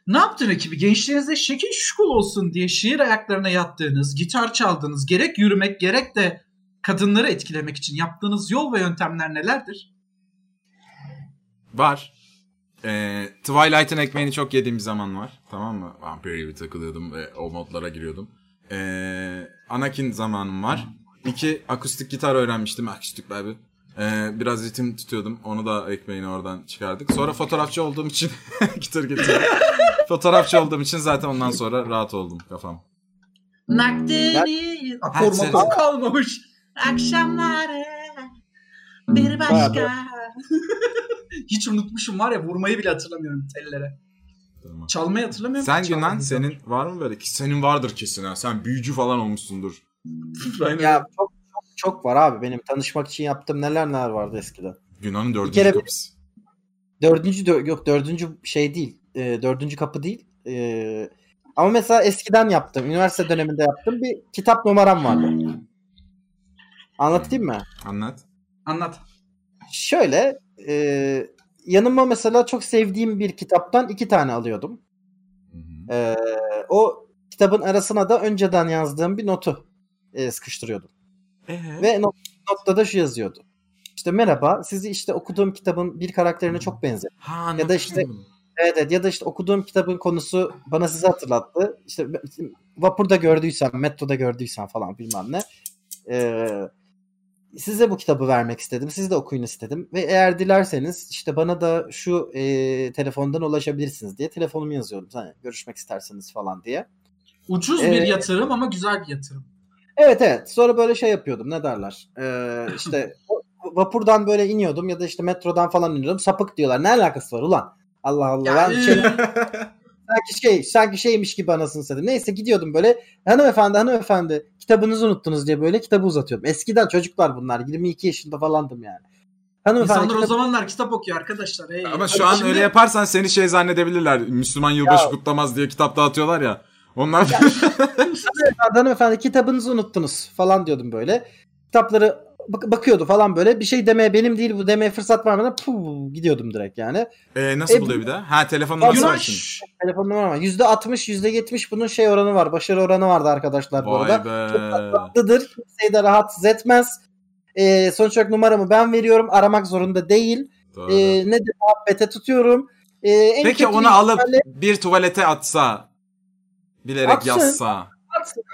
Speaker 3: Ne yaptın ekibi? Gençliğinizde şekil şukul olsun diye şiir ayaklarına yattığınız, gitar çaldığınız, gerek yürümek gerek de kadınları etkilemek için yaptığınız yol ve yöntemler nelerdir?
Speaker 4: Var. Ee, Twilight'ın ekmeğini çok yediğim bir zaman var. Tamam mı? Vampir gibi takılıyordum ve o modlara giriyordum. Ee, Anakin zamanım var. İki, akustik gitar öğrenmiştim. Akustik baby. Ee, biraz ritim tutuyordum. Onu da ekmeğini oradan çıkardık. Sonra fotoğrafçı olduğum için gitar getirdim. fotoğrafçı olduğum için zaten ondan sonra rahat oldum kafam.
Speaker 3: Nakdeni
Speaker 4: Ha, sen-
Speaker 3: formatı kalmamış. Akşamları bir başka. Hiç unutmuşum var ya vurmayı bile hatırlamıyorum tellere.
Speaker 4: Tamam.
Speaker 3: Çalmayı hatırlamıyorum.
Speaker 4: Sen
Speaker 3: Çalmadım.
Speaker 4: Günan senin var mı böyle? Senin vardır kesin ha. Sen büyücü falan olmuşsundur.
Speaker 3: Aynen.
Speaker 2: Ya çok, çok çok var abi. Benim tanışmak için yaptığım neler neler vardı eskiden.
Speaker 4: Günan'ın dördüncü
Speaker 2: kere-
Speaker 4: kapısı.
Speaker 2: Dördüncü dö- yok dördüncü şey değil. E, dördüncü kapı değil. E, ama mesela eskiden yaptım. Üniversite döneminde yaptım. Bir kitap numaram vardı. Anlatayım mı?
Speaker 4: Anlat.
Speaker 3: Anlat.
Speaker 2: Şöyle e, yanıma mesela çok sevdiğim bir kitaptan iki tane alıyordum.
Speaker 4: Hı hı.
Speaker 2: Ee, o kitabın arasına da önceden yazdığım bir notu e, sıkıştırıyordum. Ve not, notta da şu yazıyordu. İşte merhaba sizi işte okuduğum kitabın bir karakterine çok benzer.
Speaker 4: Ha,
Speaker 2: Ya da
Speaker 4: anlattın
Speaker 2: işte-
Speaker 4: bunu.
Speaker 2: Evet, evet ya da işte okuduğum kitabın konusu bana sizi hatırlattı. İşte vapurda gördüysem, metroda gördüysem falan bilmem ne. Ee, size bu kitabı vermek istedim. Siz de okuyun istedim. Ve eğer dilerseniz işte bana da şu e, telefondan ulaşabilirsiniz diye telefonumu yazıyorum. Hani görüşmek isterseniz falan diye.
Speaker 3: Ucuz bir
Speaker 2: Ee,
Speaker 3: yatırım ama güzel bir yatırım.
Speaker 2: Evet evet. Sonra böyle şey yapıyordum. Ne derler? Ee, işte vapurdan böyle iniyordum ya da işte metrodan falan iniyordum. Sapık diyorlar. Ne alakası var ulan? Allah Allah.
Speaker 3: Ya,
Speaker 2: ben
Speaker 3: ee,
Speaker 2: şey, sanki şey sanki şeymiş gibi anasını satayım. Neyse gidiyordum böyle. Hanımefendi hanımefendi kitabınızı unuttunuz diye böyle kitabı uzatıyordum. Eskiden çocuklar bunlar. 22 yaşında falandım yani. Hanımefendi
Speaker 3: İnsanlar o
Speaker 2: kitabı-
Speaker 3: zamanlar kitap okuyor arkadaşlar. Ey,
Speaker 4: Ama
Speaker 3: Hadi
Speaker 4: şu an
Speaker 3: şimdi-
Speaker 4: öyle yaparsan seni şey zannedebilirler. Müslüman yılbaşı
Speaker 2: Ya.
Speaker 4: kutlamaz diye kitap dağıtıyorlar ya. Onlar
Speaker 2: hanımefendi, hanımefendi kitabınızı unuttunuz falan diyordum böyle. Kitapları bak- bakıyordu falan böyle. Bir şey demeye benim değil bu demeye fırsat vermeden puh, gidiyordum direkt yani.
Speaker 4: Ee, nasıl
Speaker 2: E,
Speaker 4: buluyor bir daha? Ha telefonu
Speaker 2: Yunan-
Speaker 4: nasıl
Speaker 3: Yunan
Speaker 4: açtın?
Speaker 2: Telefon numaram var. %60, %70 bunun şey oranı var. Başarı oranı vardı arkadaşlar bu
Speaker 4: Vay
Speaker 2: arada.
Speaker 4: be.
Speaker 2: Tatlıdır. Kimseyi de rahatsız etmez. Ee, sonuç olarak numaramı ben veriyorum. Aramak zorunda değil.
Speaker 4: Doğru.
Speaker 2: Ee, ne de muhabbete tutuyorum. Ee, en
Speaker 4: Peki
Speaker 2: kötü
Speaker 4: onu alıp
Speaker 2: ihtimalle
Speaker 4: bir tuvalete atsa. Bilerek
Speaker 2: Atsın.
Speaker 4: yazsa.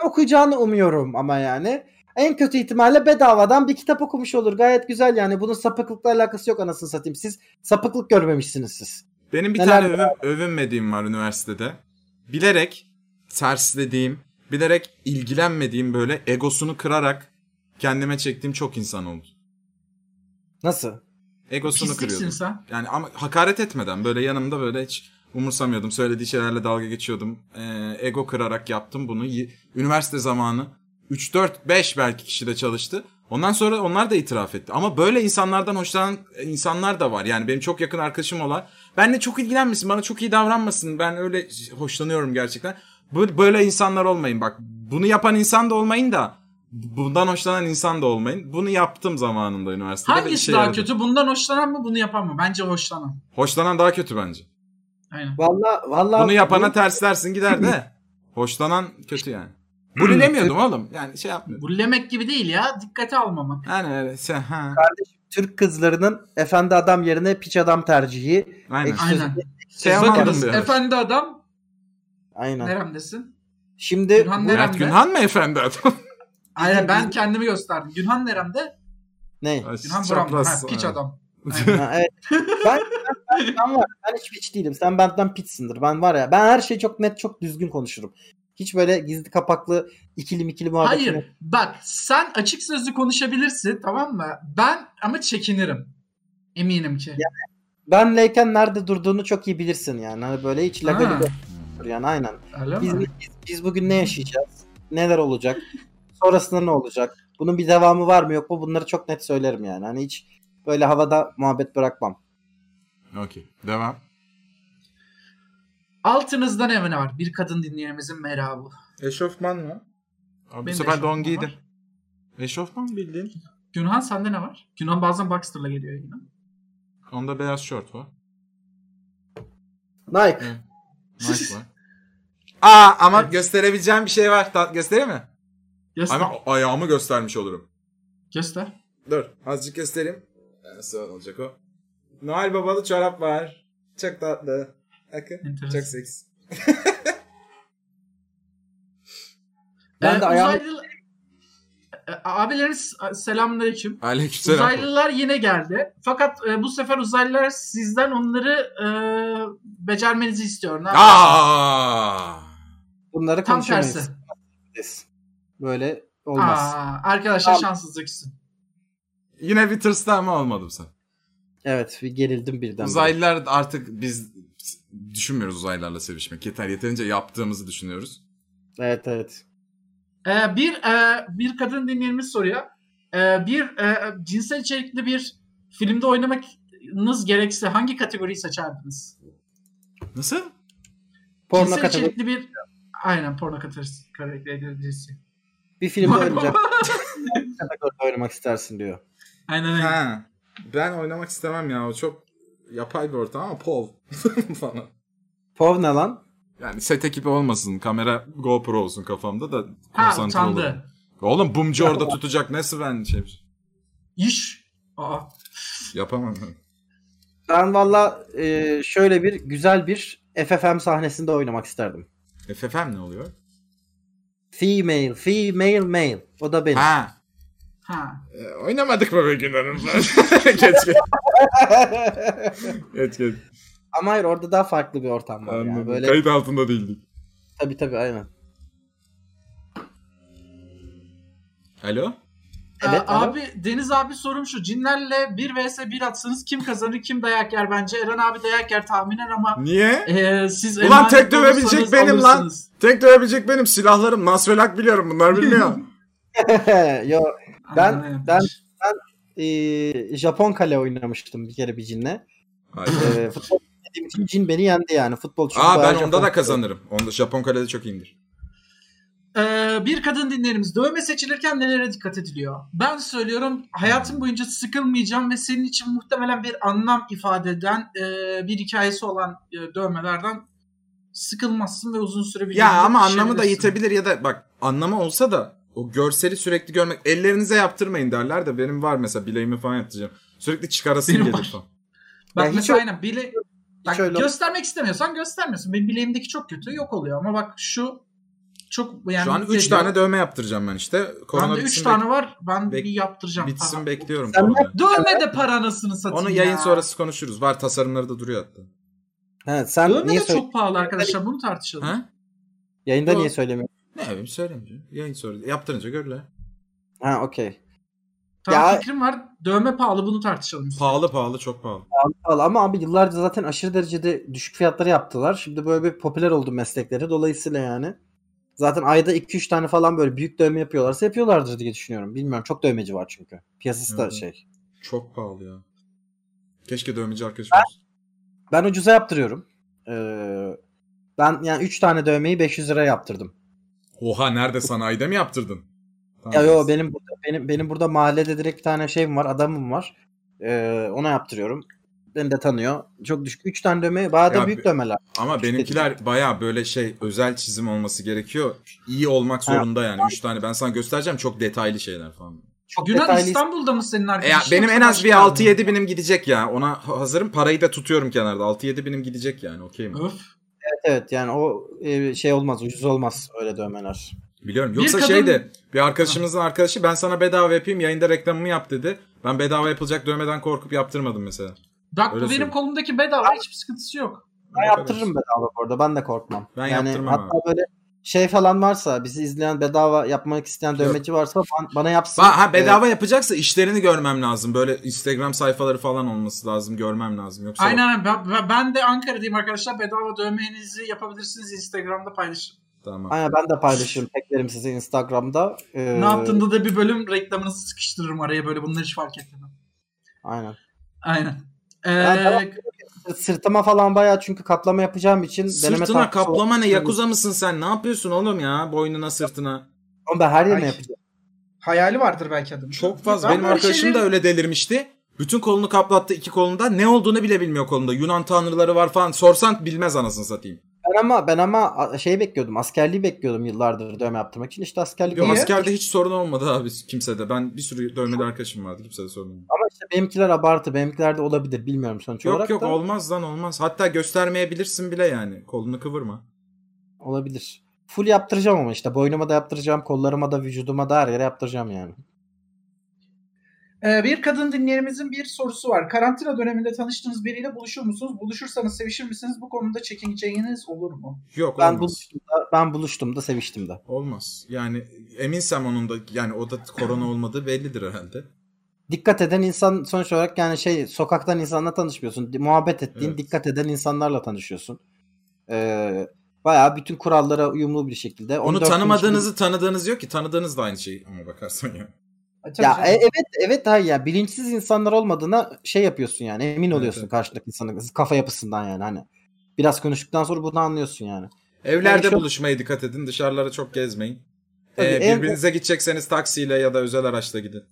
Speaker 2: okuyacağını umuyorum ama yani. en kötü ihtimalle bedavadan bir kitap okumuş olur. Gayet güzel yani. Bunun sapıklıkla alakası yok anasını satayım. Siz sapıklık görmemişsiniz siz.
Speaker 4: Benim bir
Speaker 2: Neler
Speaker 4: tane övün- övünmediğim var üniversitede. Bilerek terslediğim, bilerek ilgilenmediğim böyle egosunu kırarak kendime çektiğim çok insan oldu.
Speaker 2: Nasıl?
Speaker 4: Egosunu
Speaker 3: Pisliksin
Speaker 4: kırıyordum.
Speaker 3: sen.
Speaker 4: Yani ama hakaret etmeden böyle yanımda böyle hiç umursamıyordum. Söylediği şeylerle dalga geçiyordum. Ee, ego kırarak yaptım bunu. Y- Üniversite zamanı 3 4 5 belki kişi de çalıştı. Ondan sonra onlar da itiraf etti. Ama böyle insanlardan hoşlanan e, insanlar da var. Yani benim çok yakın arkadaşım olan. Benle çok ilgilenmesin, bana çok iyi davranmasın. Ben öyle hoşlanıyorum gerçekten. Bu- Böyle insanlar olmayın bak. Bunu yapan insan da olmayın da bundan hoşlanan insan da olmayın. Bunu yaptım zamanında üniversitede. ve
Speaker 3: Hangisi
Speaker 4: işe
Speaker 3: daha
Speaker 4: yaradı.
Speaker 3: kötü? Bundan hoşlanan mı bunu yapan mı? Bence hoşlanan.
Speaker 4: Hoşlanan daha kötü bence.
Speaker 3: Aynen.
Speaker 2: Valla valla
Speaker 4: Bunu yapana terslersin gider de. Hoşlanan kötü yani.
Speaker 3: Hmm.
Speaker 4: Bunu demiyordum oğlum. Yani şey yapmıyorum.
Speaker 3: Bullemek gibi değil ya. Dikkate almamak.
Speaker 4: Yani öyle şey. Ha.
Speaker 2: Türk kızlarının efendi adam yerine piç adam tercihi.
Speaker 4: Aynen.
Speaker 2: Ekşi-
Speaker 3: Aynen.
Speaker 4: Şey
Speaker 3: Bakarız.
Speaker 4: yapmadım diyor.
Speaker 3: Efendi adam.
Speaker 2: Aynen.
Speaker 3: Neremdesin?
Speaker 2: Şimdi
Speaker 3: Günhan
Speaker 2: bu-
Speaker 3: Neren-
Speaker 4: Mert Günhan mı efendi adam?
Speaker 3: Aynen ben kendimi gösterdim. Günhan neremde?
Speaker 2: ne?
Speaker 3: Günhan buramda.
Speaker 4: Çapraz.
Speaker 3: Ha, piç
Speaker 4: Ha.
Speaker 3: adam.
Speaker 2: Ha, evet. ben, ben, ben var. Ben hiç piç değilim. Sen benden piçsindir. Ben var ya. Ben her şeyi çok net, çok düzgün konuşurum. Hiç böyle gizli kapaklı ikili mikili muhabbet. yok.
Speaker 3: Hayır bak sen açık sözlü konuşabilirsin tamam mı? Ben ama çekinirim. Eminim ki.
Speaker 2: Benleyken nerede durduğunu çok iyi bilirsin yani. Hani böyle hiç
Speaker 3: Ha,
Speaker 2: lagalı yani aynen.
Speaker 3: öyle
Speaker 2: Biz,
Speaker 3: mi?
Speaker 2: biz, biz bugün ne yaşayacağız? Neler olacak? Sonrasında ne olacak? Bunun bir devamı var mı yok mu? Bunları çok net söylerim yani. Hani hiç böyle havada muhabbet bırakmam.
Speaker 4: Okey. Devam.
Speaker 3: Altınızdan evine var. Bir kadın dinleyenimizin merhabı.
Speaker 4: Eşofman mı? Abi, bu
Speaker 3: Benim
Speaker 4: sefer don
Speaker 3: eşofmanım
Speaker 4: giydin.
Speaker 3: var.
Speaker 4: Eşofman bildiğin.
Speaker 3: Günhan sende ne var? Günhan bazen Baxter'la geliyor yine.
Speaker 4: Onda beyaz şort var.
Speaker 2: Nike.
Speaker 4: Nike var. Aa ama gösterebileceğim bir şey var. Ta- göstereyim mi?
Speaker 3: Göster.
Speaker 4: Ama ayağımı göstermiş olurum.
Speaker 3: Göster.
Speaker 4: Dur azıcık göstereyim. Ee, Nasıl olacak o? Noel babalı çorap var. Çok tatlı. Bakın.
Speaker 3: Enteresan.
Speaker 4: Çok seks.
Speaker 2: Ben
Speaker 3: Ee,
Speaker 2: de ayağımı
Speaker 3: uzaylı- Ee, Abileriniz selamünaleyküm.
Speaker 4: Aleykümselam.
Speaker 3: Uzaylılar yine geldi. Fakat e, bu sefer uzaylılar sizden onları e, becermenizi istiyor. Ne yapıyorsunuz?
Speaker 4: Aa!
Speaker 2: bunları
Speaker 3: Tam
Speaker 2: konuşamayız.
Speaker 3: tersi.
Speaker 2: Böyle olmaz.
Speaker 3: Aa, arkadaşlar
Speaker 2: Tamam.
Speaker 3: şanssızlık için.
Speaker 4: Yine bir tırstı ama olmadım sen.
Speaker 2: Evet bir gerildim birden.
Speaker 4: Uzaylılar artık biz düşünmüyoruz uzaylılarla sevişmek. Yeter yeterince yaptığımızı düşünüyoruz.
Speaker 2: Evet evet.
Speaker 3: Ee, bir e, bir kadın dinleyenimiz soruyor. Ee, bir e, cinsel içerikli bir filmde oynamanız gerekse hangi kategoriyi seçerdiniz?
Speaker 4: Nasıl?
Speaker 2: Porno
Speaker 3: cinsel
Speaker 2: kategori
Speaker 3: içerikli bir aynen porno kategorisi. kategorisi.
Speaker 2: bir filmde oynayacak kategoride oynamak istersin diyor.
Speaker 3: aynen aynen.
Speaker 4: Ha. Ben oynamak istemem ya. O çok yapay bir ortam ama pov falan.
Speaker 2: Pov ne lan?
Speaker 4: Yani set ekibi olmasın. Kamera GoPro olsun kafamda da
Speaker 3: Ha
Speaker 4: konsantre olurum.
Speaker 3: utandı.
Speaker 4: Oğlum bumcu orada tutacak. Nasıl ben şey
Speaker 3: İş. Aa.
Speaker 4: yapamam. ben.
Speaker 2: Ben valla e, şöyle bir güzel bir FFM sahnesinde oynamak isterdim.
Speaker 4: FFM ne oluyor?
Speaker 2: Female, female, male. O da benim.
Speaker 4: Ha.
Speaker 3: Ha.
Speaker 4: E, oynamadık mı Begüm Hanım'la? geç geç. geç geç.
Speaker 2: Ama hayır orada daha farklı bir ortam var.
Speaker 4: Anladım.
Speaker 2: Yani. Böyle
Speaker 4: Kayıt altında değildik.
Speaker 2: Tabii tabii aynen.
Speaker 4: Alo?
Speaker 2: Evet,
Speaker 3: Aa,
Speaker 2: ama-
Speaker 3: abi Deniz abi sorum şu. Cinlerle 1 vs 1 atsanız kim kazanır kim dayak yer bence. Eren abi dayak yer tahminen ama
Speaker 4: Niye?
Speaker 3: eee siz
Speaker 4: Ulan
Speaker 3: emanet
Speaker 4: tek dövebilecek
Speaker 3: olursanız
Speaker 4: benim lan.
Speaker 3: alırsınız.
Speaker 4: Tek dövebilecek benim silahlarım. Nasvelak biliyorum bunlar bilmiyor.
Speaker 2: Yo ben
Speaker 3: Aynen.
Speaker 2: ben ben e, Japon kale oynamıştım bir kere bir cinle. E, futbol dediğim için cin beni yendi yani. Futbol çünkü
Speaker 4: Aa
Speaker 2: bayağı
Speaker 4: ben
Speaker 2: Japon
Speaker 4: onda da
Speaker 2: kale.
Speaker 4: kazanırım. Onda Japon kalede çok iyidir.
Speaker 3: Eee, Ee, bir kadın dinlerimiz dövme seçilirken nelere dikkat ediliyor? Ben söylüyorum hayatım boyunca sıkılmayacağım ve senin için muhtemelen bir anlam ifade eden eee, bir hikayesi olan eee, dövmelerden sıkılmazsın ve uzun süre bir şey
Speaker 4: Ya
Speaker 3: şekilde
Speaker 4: ama anlamı da
Speaker 3: yetişebilirsin.
Speaker 4: yitebilir ya da bak anlamı olsa da o görseli sürekli görmek. Ellerinize yaptırmayın derler de benim var mesela bileğimi falan yaptıracağım. Sürekli çıkarasım
Speaker 3: Benim
Speaker 4: gelir
Speaker 3: var.
Speaker 4: falan.
Speaker 3: Bak
Speaker 2: Ya hiç
Speaker 3: mesela aynen bile... Bak,
Speaker 2: öyle-
Speaker 3: göstermek istemiyorsan göstermiyorsun. Benim bileğimdeki çok kötü yok oluyor ama bak şu çok yani
Speaker 4: Şu an
Speaker 3: mutlu
Speaker 4: 3
Speaker 3: ediyor.
Speaker 4: tane dövme yaptıracağım ben işte. Korona
Speaker 3: Bende 3
Speaker 4: bitsin,
Speaker 3: tane var. Ben
Speaker 4: bek-
Speaker 3: bir yaptıracağım.
Speaker 4: bek- bitsin
Speaker 3: falan.
Speaker 4: bekliyorum.
Speaker 2: Sen
Speaker 4: korona.
Speaker 3: Dövme de para anasını satayım
Speaker 4: Onu yayın
Speaker 3: ya.
Speaker 4: sonrası konuşuruz. Var tasarımları da duruyor hatta.
Speaker 2: Ha, sen
Speaker 3: Dövme
Speaker 2: niye
Speaker 3: de
Speaker 2: söyle-
Speaker 3: çok pahalı arkadaşlar bunu tartışalım.
Speaker 4: Ha?
Speaker 2: yayında
Speaker 4: Yok.
Speaker 2: niye söylemiyorsun?
Speaker 4: Ne bileyim söyleyeyim. Yayın sonrası. Yaptırınca görürler.
Speaker 2: Ha okey.
Speaker 3: Tamam
Speaker 2: Ya-
Speaker 3: fikrim var. Dövme pahalı bunu tartışalım.
Speaker 4: Pahalı pahalı çok pahalı.
Speaker 2: Al ama abi yıllarca zaten aşırı derecede düşük fiyatları yaptılar. Şimdi böyle bir popüler oldu meslekleri dolayısıyla yani. Zaten ayda 2-3 tane falan böyle büyük dövme yapıyorlarsa yapıyorlardır diye düşünüyorum. Bilmiyorum çok dövmeci var çünkü. Piyasası da
Speaker 4: Evet.
Speaker 2: şey.
Speaker 4: Çok pahalı ya. Keşke dövmeci arkadaşım olsun.
Speaker 2: Ben ucuza yaptırıyorum. Ee, ben yani 3 tane dövmeyi 500 lira yaptırdım.
Speaker 4: Oha nerede sanayide mi yaptırdın?
Speaker 2: Ya
Speaker 4: Tamam.
Speaker 2: yo benim burada- benim benim burada mahallede direkt bir tane şeyim var, adamım var. Ee, ona yaptırıyorum. Beni de tanıyor. Çok düşük. 3 tane dövme, bayağı da
Speaker 4: Ya
Speaker 2: büyük
Speaker 4: bi-
Speaker 2: dövmeler.
Speaker 4: Ama benimkiler baya böyle şey özel çizim olması gerekiyor. İyi olmak
Speaker 2: Ha.
Speaker 4: zorunda yani. Üç tane ben sana göstereceğim çok detaylı şeyler falan.
Speaker 2: Çok
Speaker 3: Yunan
Speaker 2: detaylı
Speaker 3: İstanbul'da mı senin
Speaker 4: E ya
Speaker 3: arkadaşın?
Speaker 4: benim
Speaker 3: yoksa
Speaker 4: en az
Speaker 3: başka
Speaker 4: bir
Speaker 3: yerde
Speaker 4: 6-7 binim gidecek ya. Ona hazırım. Parayı da tutuyorum kenarda. 6-7 binim gidecek yani. Okey mi?
Speaker 3: mi? Öf.
Speaker 2: Evet, evet yani o e, şey olmaz, ucuz olmaz öyle dövmeler.
Speaker 4: Biliyorum.
Speaker 3: Bir
Speaker 4: Yoksa
Speaker 3: kadın-
Speaker 4: şey de bir arkadaşımızın arkadaşı ben sana bedava yapayım yayında reklamımı yap dedi. Ben bedava yapılacak dövmeden korkup yaptırmadım mesela.
Speaker 3: Bak bu
Speaker 4: Öyle
Speaker 3: benim
Speaker 4: söyleyeyim.
Speaker 3: kolumdaki bedava hiçbir sıkıntısı yok.
Speaker 2: Ben
Speaker 4: Bakarız.
Speaker 2: yaptırırım bedava bu arada. Ben de korkmam.
Speaker 4: Ben
Speaker 2: yani
Speaker 4: yaptırmam
Speaker 2: hatta böyle şey falan varsa, bizi izleyen bedava yapmak isteyen dövmeci varsa ban- bana yapsın.
Speaker 4: Ba- ha
Speaker 2: Ee,
Speaker 4: bedava yapacaksa işlerini görmem lazım. Böyle Instagram sayfaları falan olması lazım. Görmem lazım. Yoksa
Speaker 3: Aynen aynen. Ben- ben, ben de Ankara'dayım arkadaşlar. Bedava dövmenizi yapabilirsiniz. Instagram'da paylaşın.
Speaker 4: Tamam.
Speaker 2: Aynen ben de paylaşırım teklerim sizi Instagram'da. Ee,
Speaker 3: Ne yaptığında da bir bölüm reklamınızı sıkıştırırım araya böyle. Bunları hiç fark etmedim.
Speaker 2: Aynen.
Speaker 3: Aynen. Ee,
Speaker 2: Ben tamam. Sırtıma falan bayağı çünkü kaplama yapacağım için deneme
Speaker 4: Sırtına
Speaker 2: tahtası
Speaker 4: kaplama ne?
Speaker 2: olabilir.
Speaker 4: Yakuza mısın sen? Ne yapıyorsun oğlum ya? Boynuna sırtına.
Speaker 2: Ama ben her yerine
Speaker 3: Ay.
Speaker 2: yapacağım.
Speaker 3: hayali vardır belki adamın.
Speaker 4: Çok fazla.
Speaker 3: Ben
Speaker 4: Benim
Speaker 3: böyle
Speaker 4: arkadaşım
Speaker 3: şeyleri-
Speaker 4: da öyle delirmişti. Bütün kolunu kaplattı iki kolunda. Ne olduğunu bile bilmiyor kolunda. Yunan tanrıları var falan. Sorsan bilmez anasını satayım.
Speaker 2: Ben ama ben ama a- şey bekliyordum. Askerliği bekliyordum yıllardır dövme yaptırmak için. İşte askerlik
Speaker 4: Yok
Speaker 2: olmadı.
Speaker 4: askerde hiç sorun olmadı abi kimsede. Ben bir sürü dövmeli arkadaşım vardı. Kimsede sorun olmadı.
Speaker 2: Ama işte benimkiler abartı. Benimkiler de olabilir. Bilmiyorum sonuç
Speaker 4: Yok
Speaker 2: olarak
Speaker 4: yok
Speaker 2: da.
Speaker 4: olmaz lan olmaz. Hatta göstermeyebilirsin bile yani. Kolunu kıvırma.
Speaker 2: Olabilir. Full yaptıracağım ama işte boynuma da yaptıracağım, kollarıma da, vücuduma da her yere yaptıracağım yani.
Speaker 3: Ee, bir kadın dinleyenimizin bir sorusu var. Karantina döneminde tanıştığınız biriyle buluşur musunuz? Buluşursanız sevişir misiniz? Bu konuda çekineceğiniz olur mu?
Speaker 4: Yok
Speaker 2: Ben
Speaker 4: olmaz.
Speaker 2: buluştum da, ben buluştum da seviştim de.
Speaker 4: Olmaz. Yani eminsem onun da yani o da korona olmadığı bellidir herhalde.
Speaker 2: Dikkat eden insan sonuç olarak yani şey sokaktan insanla tanışmıyorsun. Di- Muhabbet ettiğin,
Speaker 4: Evet.
Speaker 2: dikkat eden insanlarla tanışıyorsun. Ee, bayağı bütün kurallara uyumlu bir şekilde.
Speaker 4: Onu
Speaker 2: 14 gün
Speaker 4: tanımadığınızı tanıdığınız yok ki tanıdığınız da aynı şey ama bakarsan ya.
Speaker 3: Ay, tabii
Speaker 2: Ya
Speaker 3: canım.
Speaker 2: e- evet evet hayır ya bilinçsiz insanlar olmadığına şey yapıyorsun yani emin
Speaker 4: Evet,
Speaker 2: oluyorsun
Speaker 4: evet.
Speaker 2: karşındaki insanın kafa yapısından yani hani. Biraz konuştuktan sonra bunu anlıyorsun yani.
Speaker 4: Evlerde
Speaker 2: Yani şu-
Speaker 4: buluşmaya dikkat edin. Dışarılara çok gezmeyin. Ee,
Speaker 2: Tabii, ev-
Speaker 4: birbirinize gidecekseniz taksiyle ya da özel araçla gidin.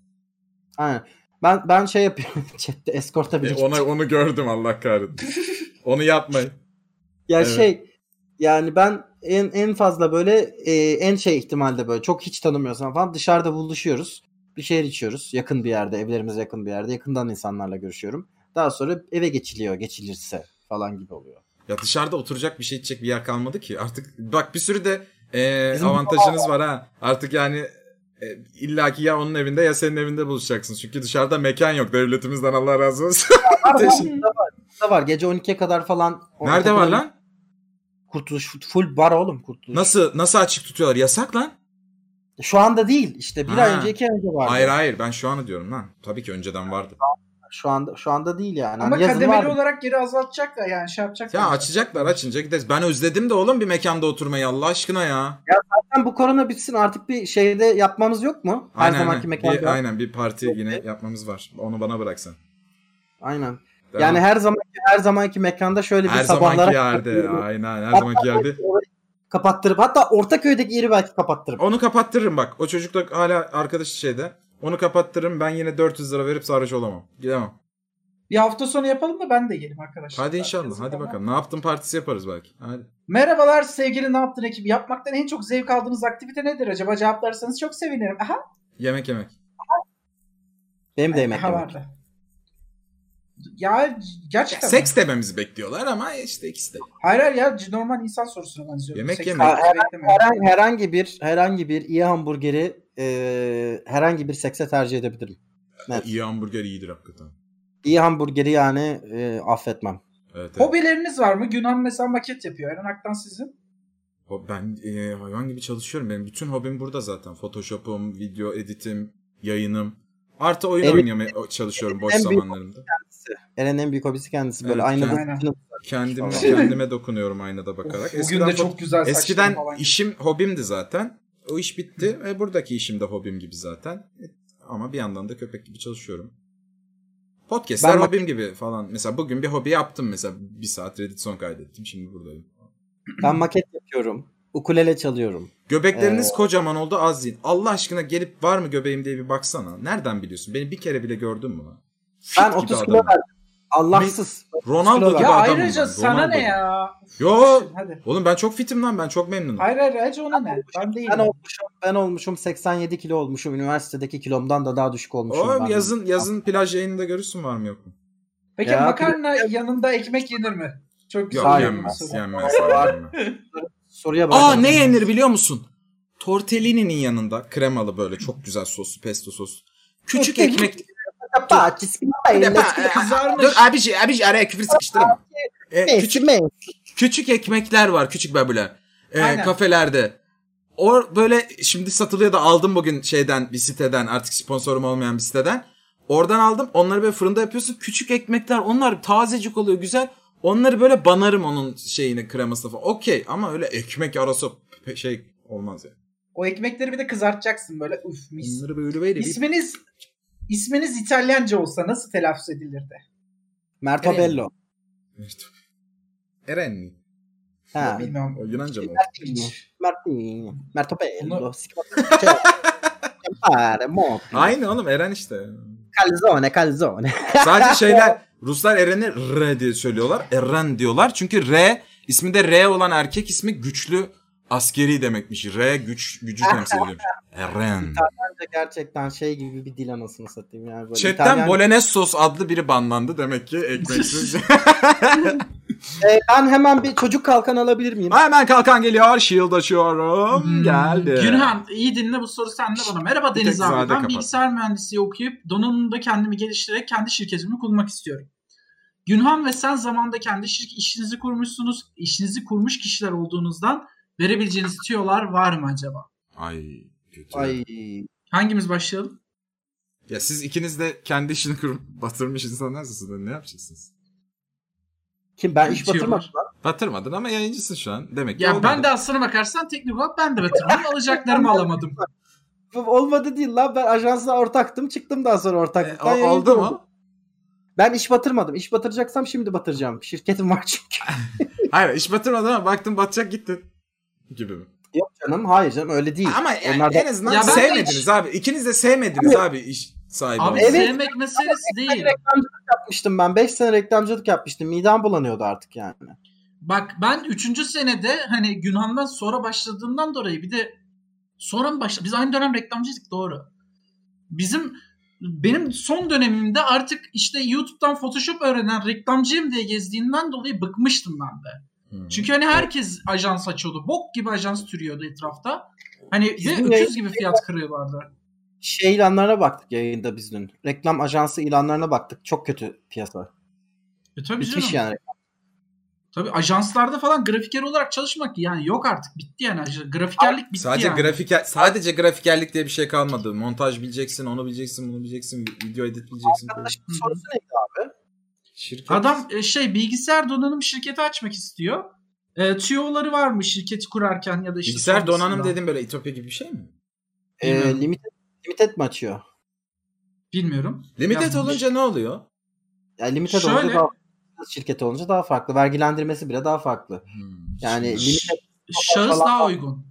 Speaker 2: Aynen. Ben ben şey yapıyorum chatte eskorta
Speaker 4: Ee,
Speaker 2: bile.
Speaker 4: ona onu gördüm Allah kahretsin. onu yapmayın.
Speaker 2: ya
Speaker 4: evet.
Speaker 2: şey yani ben en en fazla böyle e, en şey ihtimalde böyle çok hiç tanımıyorsam falan dışarıda buluşuyoruz. Bir şeyler içiyoruz. Yakın bir yerde, evlerimiz yakın bir yerde. Yakından insanlarla görüşüyorum. Daha sonra eve geçiliyor, geçilirse falan gibi oluyor.
Speaker 4: Ya dışarıda oturacak bir şey içecek bir yer kalmadı ki. Artık bak bir sürü de e,
Speaker 2: Bizim
Speaker 4: avantajınız var ha. Artık yani e, illaki ya onun evinde ya senin evinde buluşacaksın. Çünkü dışarıda mekan yok. Devletimizden Allah razı olsun. Teşekkür-
Speaker 2: Da var gece 12'ye kadar falan.
Speaker 4: Nerede var lan?
Speaker 2: Kurtuluş full bar oğlum kurtuluş.
Speaker 4: Nasıl nasıl açık tutuyorlar? Yasak lan.
Speaker 2: Şu anda değil. İşte bir
Speaker 4: Ha.
Speaker 2: ay önce iki ay önce vardı.
Speaker 4: Hayır hayır ben şu anı diyorum lan. Tabii ki önceden vardı.
Speaker 2: Şu anda şu anda değil yani.
Speaker 3: Ama
Speaker 2: Hani yazın
Speaker 3: kademeli
Speaker 2: vardı.
Speaker 3: olarak geri azaltacaklar yani şey yapacaklar.
Speaker 4: Ya açacaklar açınca gideriz. Ben özledim de oğlum bir mekanda oturmayı Allah aşkına ya.
Speaker 2: Zaten bu korona bitsin artık bir şeyde yapmamız yok mu? Her
Speaker 4: Aynen,
Speaker 2: zamanki
Speaker 4: aynen.
Speaker 2: mekanda.
Speaker 4: Bir, aynen bir parti yine yapmamız var. Onu bana bıraksan.
Speaker 2: Aynen.
Speaker 4: Devam.
Speaker 2: Yani her zamanki her zamanki mekanda şöyle bir
Speaker 4: her
Speaker 2: sabahlara
Speaker 4: zamanki yerde.
Speaker 2: kapattırıp-
Speaker 4: Aynen her
Speaker 2: Hatta-
Speaker 4: zamanki yerde.
Speaker 2: kapattırıp hatta Ortaköy'deki yeri belki kapattırıp.
Speaker 4: Onu kapattırırım bak. O çocuk da hala arkadaş şeyde. Onu kapattırırım ben yine 400 lira verip sarhoş olamam. Gidemem.
Speaker 3: Bir hafta sonu yapalım da ben de geleyim arkadaşlar.
Speaker 4: Hadi inşallah
Speaker 3: Herkes
Speaker 4: hadi
Speaker 3: bana-
Speaker 4: bakalım. Ne yaptın partisi yaparız belki. Hadi.
Speaker 3: Merhabalar sevgili ne yaptın ekibi. Yapmaktan en çok zevk aldığınız aktivite nedir acaba? Cevaplarsanız çok sevinirim. Aha.
Speaker 4: Yemek yemek.
Speaker 2: Benim de
Speaker 3: Aha
Speaker 2: yemek yemek.
Speaker 3: vardı. ya gerçekten.
Speaker 4: Seks dememizi bekliyorlar ama işte ikisi de.
Speaker 3: Hayır hayır ya normal insan sorusuna benziyor.
Speaker 4: Yemek
Speaker 3: Seks
Speaker 4: yemek.
Speaker 3: dememizi beklemiyorum.
Speaker 2: Herhangi, herhangi bir herhangi bir iyi hamburgeri e, herhangi bir sekse tercih edebilirim. Evet.
Speaker 4: İyi hamburger iyidir hakikaten.
Speaker 2: İyi hamburgeri yani e, affetmem.
Speaker 4: Evet, evet.
Speaker 3: Hobileriniz var mı? Günhan mesela maket yapıyor. Eren Aktan sizin.
Speaker 4: Ho- Ben e, hayvan gibi çalışıyorum. Benim bütün hobim burada zaten. Photoshop'um, video editim, yayınım. Artı oyun
Speaker 2: Evet.
Speaker 4: oynamaya çalışıyorum boş
Speaker 2: En büyük-
Speaker 4: zamanlarımda.
Speaker 2: Eren en büyük hobisi kendisi. Böyle
Speaker 4: Evet,
Speaker 2: aynada
Speaker 3: aynen.
Speaker 2: aynı
Speaker 4: Kendime,
Speaker 2: Tamam.
Speaker 4: kendime dokunuyorum aynada bakarak.
Speaker 3: Bugün de
Speaker 4: foto-
Speaker 3: çok güzel saçlarım
Speaker 4: Eskiden
Speaker 3: falan.
Speaker 4: işim hobimdi zaten. O iş bitti ve buradaki işim de hobim gibi zaten. E, Ama bir yandan da köpek gibi çalışıyorum. Podcastler
Speaker 2: Ben bak-
Speaker 4: hobim gibi falan. Mesela bugün bir hobi yaptım mesela. Bir saat Reddit son kaydettim. Şimdi buradayım.
Speaker 2: ben maket yapıyorum. Ukulele çalıyorum.
Speaker 4: Göbekleriniz kocaman oldu azin. Allah aşkına gelip var mı göbeğim diye bir baksana. Nereden biliyorsun? Beni bir kere bile gördün mü lan? Fit
Speaker 2: Ben
Speaker 4: gibi
Speaker 2: 30 kilo
Speaker 4: adamım.
Speaker 2: verdim. Allahsız.
Speaker 4: Ronaldo
Speaker 2: kilo
Speaker 4: gibi
Speaker 2: verdim.
Speaker 3: Ya
Speaker 4: adamım.
Speaker 3: ayrıca
Speaker 4: ben,
Speaker 3: sana
Speaker 4: Ronaldo
Speaker 3: ne
Speaker 4: gibi.
Speaker 3: ya? Uf,
Speaker 4: Yo.
Speaker 3: düşün, Hadi.
Speaker 4: Oğlum ben çok fitim lan. Ben çok memnunum.
Speaker 3: Hayır hayır ayrıca ona ne? Ben değilim.
Speaker 2: Ben olmuşum, ben olmuşum 87 kilo olmuşum. Üniversitedeki kilomdan da daha düşük olmuşum.
Speaker 4: Oğlum
Speaker 2: ben.
Speaker 4: yazın yazın plaj yayınında görürsün var mı yok mu?
Speaker 3: Peki
Speaker 2: Ya,
Speaker 3: makarna yanında ekmek yenir mi? Çok güzel.
Speaker 4: Yok
Speaker 2: Hayır.
Speaker 3: bir
Speaker 4: yenmez.
Speaker 3: soru.
Speaker 4: Yenmez.
Speaker 2: Var.
Speaker 4: yenmez.
Speaker 2: Soruya bak.
Speaker 4: Aa ne yenir biliyor musun? Tortellini'nin yanında kremalı böyle çok güzel soslu pesto soslu. Küçük ekmek. Bir de-
Speaker 3: Kızarmış.
Speaker 4: Dur abici abici araya küfür sıkıştırma. Ee, küçük, küçük ekmekler var küçük bebeler. Ee,
Speaker 3: Aynen.
Speaker 4: kafelerde. Or böyle şimdi satılıyor da aldım bugün şeyden bir siteden artık sponsorum olmayan bir siteden. Oradan aldım. Onları böyle fırında yapıyorsun. Küçük ekmekler onlar tazecik oluyor güzel. Onları böyle banarım onun şeyini kremasına falan. Okey ama öyle ekmek arası pe- şey olmaz ya.
Speaker 3: O ekmekleri bir de kızartacaksın böyle uf mis.
Speaker 4: Bunları böyle böyle bir
Speaker 3: İsminiz isminiz İtalyanca olsa nasıl telaffuz edilirdi?
Speaker 2: Mertobello.
Speaker 4: Evet. Eren mi?
Speaker 2: Ha.
Speaker 3: Bilmiyorum.
Speaker 4: O Yunanca mı?
Speaker 3: Hiç.
Speaker 2: Martini, Mertobello,
Speaker 3: Bunu-
Speaker 2: Şey, Campare, Motto,
Speaker 4: Aynı oğlum Eren işte.
Speaker 2: Calzone, Calzone.
Speaker 4: Sadece şeyler Ruslar Eren'i R diye söylüyorlar. Eren diyorlar. Çünkü R isminde R olan erkek ismi güçlü askeri demekmiş. R güç gücü temsil ediyormuş. Eren.
Speaker 2: Bence gerçekten şey gibi bir dil anasını satayım yani. Böyle
Speaker 4: Chatten
Speaker 2: İtalyan-
Speaker 4: Bolenessos adlı biri banlandı demek ki ekmeksiz.
Speaker 2: Ee, ben hemen bir çocuk kalkan alabilir miyim?
Speaker 4: Hemen kalkan geliyor. Shield
Speaker 3: Hmm,
Speaker 4: açıyorum. Geldi.
Speaker 3: Günhan iyi dinle bu soru sende bana. Merhaba
Speaker 4: Bir tek
Speaker 3: Deniz abi. Ben
Speaker 4: zade kapat.
Speaker 3: bilgisayar mühendisliği okuyup donanımda kendimi geliştirerek kendi şirketimi kurmak istiyorum. Günhan ve sen zamanda kendi şirk işinizi kurmuşsunuz. İşinizi kurmuş kişiler olduğunuzdan verebileceğiniz tüyolar var mı acaba?
Speaker 4: Ay kötü.
Speaker 2: Ay.
Speaker 3: Hangimiz başlayalım?
Speaker 4: Ya siz ikiniz de kendi işini kurup batırmış insanlarsınız. Ne yapacaksınız?
Speaker 2: Kim ben iş
Speaker 3: Tüyo var.
Speaker 2: batırmadım lan.
Speaker 4: Batırmadın ama yayıncısın şu an. Demek ki
Speaker 3: Ya
Speaker 4: olmadı.
Speaker 3: ben de aslına bakarsan teknik olarak ben de batırdım. Alacaklarımı alamadım.
Speaker 2: Olmadı değil lan ben ajansla ortaktım çıktım daha sonra
Speaker 4: E,
Speaker 2: ortaklıktan.
Speaker 4: o-
Speaker 2: yayıncı
Speaker 4: oldu
Speaker 2: oldum.
Speaker 4: mu?
Speaker 2: Ben iş batırmadım. İş batıracaksam şimdi batıracağım. Şirketim var çünkü.
Speaker 4: Hayır iş batırmadın ama baktın batacak gittin. Gibi mi?
Speaker 2: Yok canım hayır canım öyle değil.
Speaker 4: Ama yani
Speaker 2: Onlar da-
Speaker 4: en azından
Speaker 3: Ya ben de
Speaker 4: sevmediniz
Speaker 3: hiç-
Speaker 4: abi. İkiniz de sevmediniz abi iş sahibi.
Speaker 3: Abi
Speaker 4: olmayı.
Speaker 2: Evet.
Speaker 3: sevmek meselesi
Speaker 2: Ben
Speaker 3: değil.
Speaker 2: reklamcılık yapmıştım ben. 5 sene reklamcılık yapmıştım. Midem bulanıyordu artık yani.
Speaker 3: Bak ben 3. senede hani Günhan'dan sonra başladığımdan dolayı bir de sonra mı başladı? Biz aynı dönem reklamcıydık doğru. Bizim benim son dönemimde artık işte YouTube'dan Photoshop öğrenen reklamcıyım diye gezdiğinden dolayı bıkmıştım ben de.
Speaker 4: Hı.
Speaker 3: Çünkü hani herkes ajans açıyordu. Bok gibi ajans türüyordu etrafta. Hani ve
Speaker 2: Bizim
Speaker 3: öküz gibi fiyat kırıyorlardı.
Speaker 2: Şey ilanlarına baktık yayında biz dün. Reklam ajansı ilanlarına baktık. Çok kötü piyasa.
Speaker 3: E tabii canım.
Speaker 2: Bitmiş yani.
Speaker 3: Tabii ajanslarda falan grafiker olarak çalışmak yani yok artık. Bitti yani. aj- Grafikerlik bitti
Speaker 4: Sadece
Speaker 3: yani.
Speaker 4: grafiker sadece grafikerlik diye bir şey kalmadı. Montaj bileceksin, onu bileceksin, bunu bileceksin, video edit bileceksin.
Speaker 2: Arkadaşın
Speaker 3: Hı hı.
Speaker 2: sorusu neydi abi?
Speaker 4: Şirket.
Speaker 3: Adam e, şey bilgisayar donanım şirketi açmak istiyor. E, tüyoları var mı şirketi kurarken ya da işte
Speaker 4: bilgisayar
Speaker 3: sonrasında?
Speaker 4: donanım dedim böyle Etopya gibi bir şey mi?
Speaker 2: Ee,
Speaker 3: Bilmiyorum.
Speaker 2: limited, limited mi açıyor?
Speaker 3: Bilmiyorum.
Speaker 4: Limited
Speaker 3: Yazmış.
Speaker 4: olunca ne oluyor?
Speaker 2: Yani limited
Speaker 3: Şöyle-
Speaker 2: olunca daha şirket olunca daha farklı. Vergilendirmesi bile daha farklı.
Speaker 4: Hmm.
Speaker 2: Yani
Speaker 4: Şimdi
Speaker 2: limited
Speaker 3: Şahıs
Speaker 2: falan-
Speaker 3: daha uygun.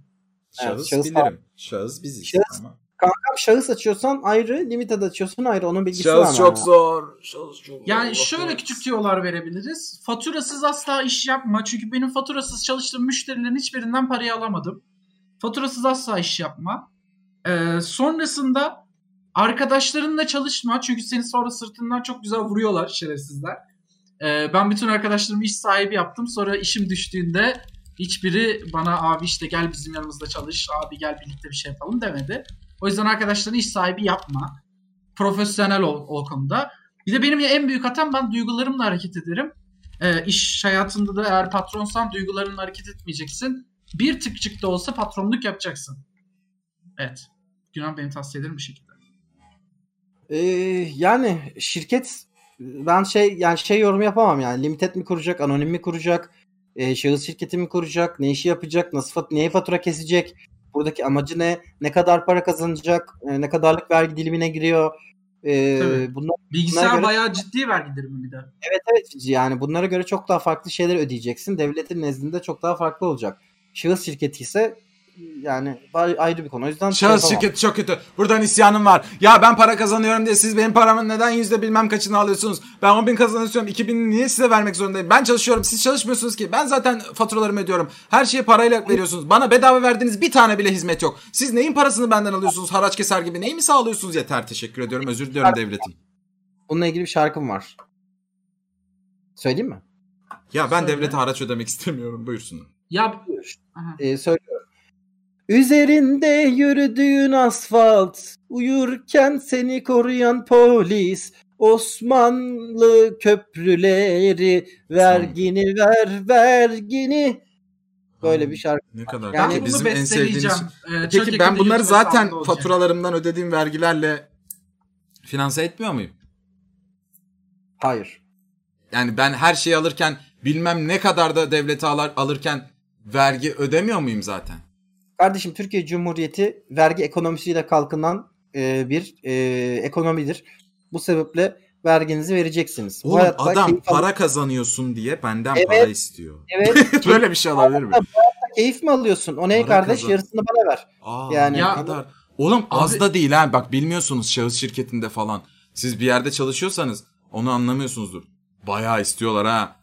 Speaker 4: şahıs
Speaker 2: şahıs-
Speaker 4: bilirim. Şahıs biziz.
Speaker 2: Şahıs-
Speaker 4: Ama-
Speaker 2: kankam şahıs açıyorsan ayrı, limited açıyorsan ayrı. Onun bilgisi var.
Speaker 4: Şahıs
Speaker 2: mı?
Speaker 4: çok zor. Şahıs çok zor.
Speaker 3: Yani
Speaker 4: Allah
Speaker 3: şöyle
Speaker 4: korusun.
Speaker 3: küçük tüyolar verebiliriz. Faturasız asla iş yapma. Çünkü benim faturasız çalıştığım müşterilerin hiçbirinden parayı alamadım. Faturasız asla iş yapma. E, Ee, sonrasında Arkadaşlarınla çalışma çünkü seni sonra sırtından çok güzel vuruyorlar şerefsizler. Ee, ben bütün arkadaşlarımı iş sahibi yaptım. Sonra işim düştüğünde hiçbiri bana abi işte gel bizim yanımızda çalış, abi gel birlikte bir şey yapalım demedi. O yüzden arkadaşlarını iş sahibi yapma. Profesyonel ol o konuda. Bir de benim en büyük hatam ben duygularımla hareket ederim. Ee, iş hayatında da eğer patronsan duygularınla hareket etmeyeceksin. Bir tıkçık da olsa patronluk yapacaksın. Evet. Günan benim tavsiye ederim bu şekilde.
Speaker 2: Ee, yani şirket ben şey yani şey yorumu yapamam yani limited mi kuracak, anonim mi kuracak, e, şahıs şirketi mi kuracak, ne işi yapacak, nasıl fat- neye fatura kesecek, buradaki amacı ne, ne kadar para kazanacak, e, ne kadarlık vergi dilimine giriyor. E,
Speaker 3: Tabii.
Speaker 2: bunlar
Speaker 3: Bilgisayar
Speaker 2: Buna göre-
Speaker 3: bayağı ciddi vergi dirimi bir de.
Speaker 2: evet evet yani bunlara göre çok daha farklı şeyler ödeyeceksin. Devletin nezdinde çok daha farklı olacak. Şahıs şirketi ise yani bay- ayrı bir konu. O yüzden şey
Speaker 4: Şahıs
Speaker 2: yapamam.
Speaker 4: şirketi çok kötü. Buradan isyanım var. Ya ben para kazanıyorum diye siz benim paramın neden yüzde bilmem kaçını alıyorsunuz? Ben 10 bin kazanıyorum. 2 bin niye size vermek zorundayım? Ben çalışıyorum. Siz çalışmıyorsunuz ki. Ben zaten faturalarımı ödüyorum. Her şeyi parayla veriyorsunuz. Bana bedava verdiğiniz bir tane bile hizmet yok. Siz neyin parasını benden alıyorsunuz? Haraç keser gibi neyi mi sağlıyorsunuz? Yeter teşekkür ediyorum. Özür diliyorum devletim.
Speaker 2: Bununla ilgili bir şarkım var. Söyleyeyim mi?
Speaker 4: Ya ben
Speaker 3: Söyle.
Speaker 4: devlete haraç ödemek istemiyorum. Buyursun.
Speaker 3: Ya Aha.
Speaker 2: Ee, söylüyorum. Üzerinde yürüdüğün asfalt, uyurken seni koruyan polis, Osmanlı köprüleri, vergini ver vergini. Böyle
Speaker 4: Hmm.
Speaker 2: bir şarkı.
Speaker 4: Ne kadar.
Speaker 3: ben
Speaker 2: Yani
Speaker 4: ki
Speaker 3: bunu
Speaker 4: bizim en
Speaker 3: besteleyeceğim.
Speaker 4: sevdiğimiz şey-
Speaker 3: Ee,
Speaker 4: Peki
Speaker 3: Çöke'de
Speaker 4: ben bunları
Speaker 3: YouTube hesabımda
Speaker 4: zaten
Speaker 3: olacak.
Speaker 4: faturalarımdan ödediğim vergilerle finanse etmiyor muyum?
Speaker 2: Hayır.
Speaker 4: Yani ben her şeyi alırken bilmem ne kadar da devlete alar, alırken vergi ödemiyor muyum zaten?
Speaker 2: Kardeşim Türkiye Cumhuriyeti vergi ekonomisiyle kalkınan e, bir e, ekonomidir. Bu sebeple verginizi vereceksiniz. Bu
Speaker 4: Oğlum
Speaker 2: hayatta
Speaker 4: adam
Speaker 2: keyif al-
Speaker 4: para kazanıyorsun diye benden
Speaker 2: Evet.
Speaker 4: para istiyor.
Speaker 2: Evet,
Speaker 4: Böyle bir şey olabilir mi?
Speaker 2: keyif mi alıyorsun? O ne
Speaker 4: Para
Speaker 2: kardeş?
Speaker 4: kazan-
Speaker 2: Yarısını bana ver.
Speaker 4: Aa,
Speaker 2: Yani- hani-
Speaker 4: ne
Speaker 3: Ya-
Speaker 4: kadar. Oğlum az
Speaker 3: Abi-
Speaker 4: da değil ha. Bak bilmiyorsunuz şahıs şirketinde falan. Siz bir yerde çalışıyorsanız onu anlamıyorsunuzdur. Bayağı istiyorlar ha.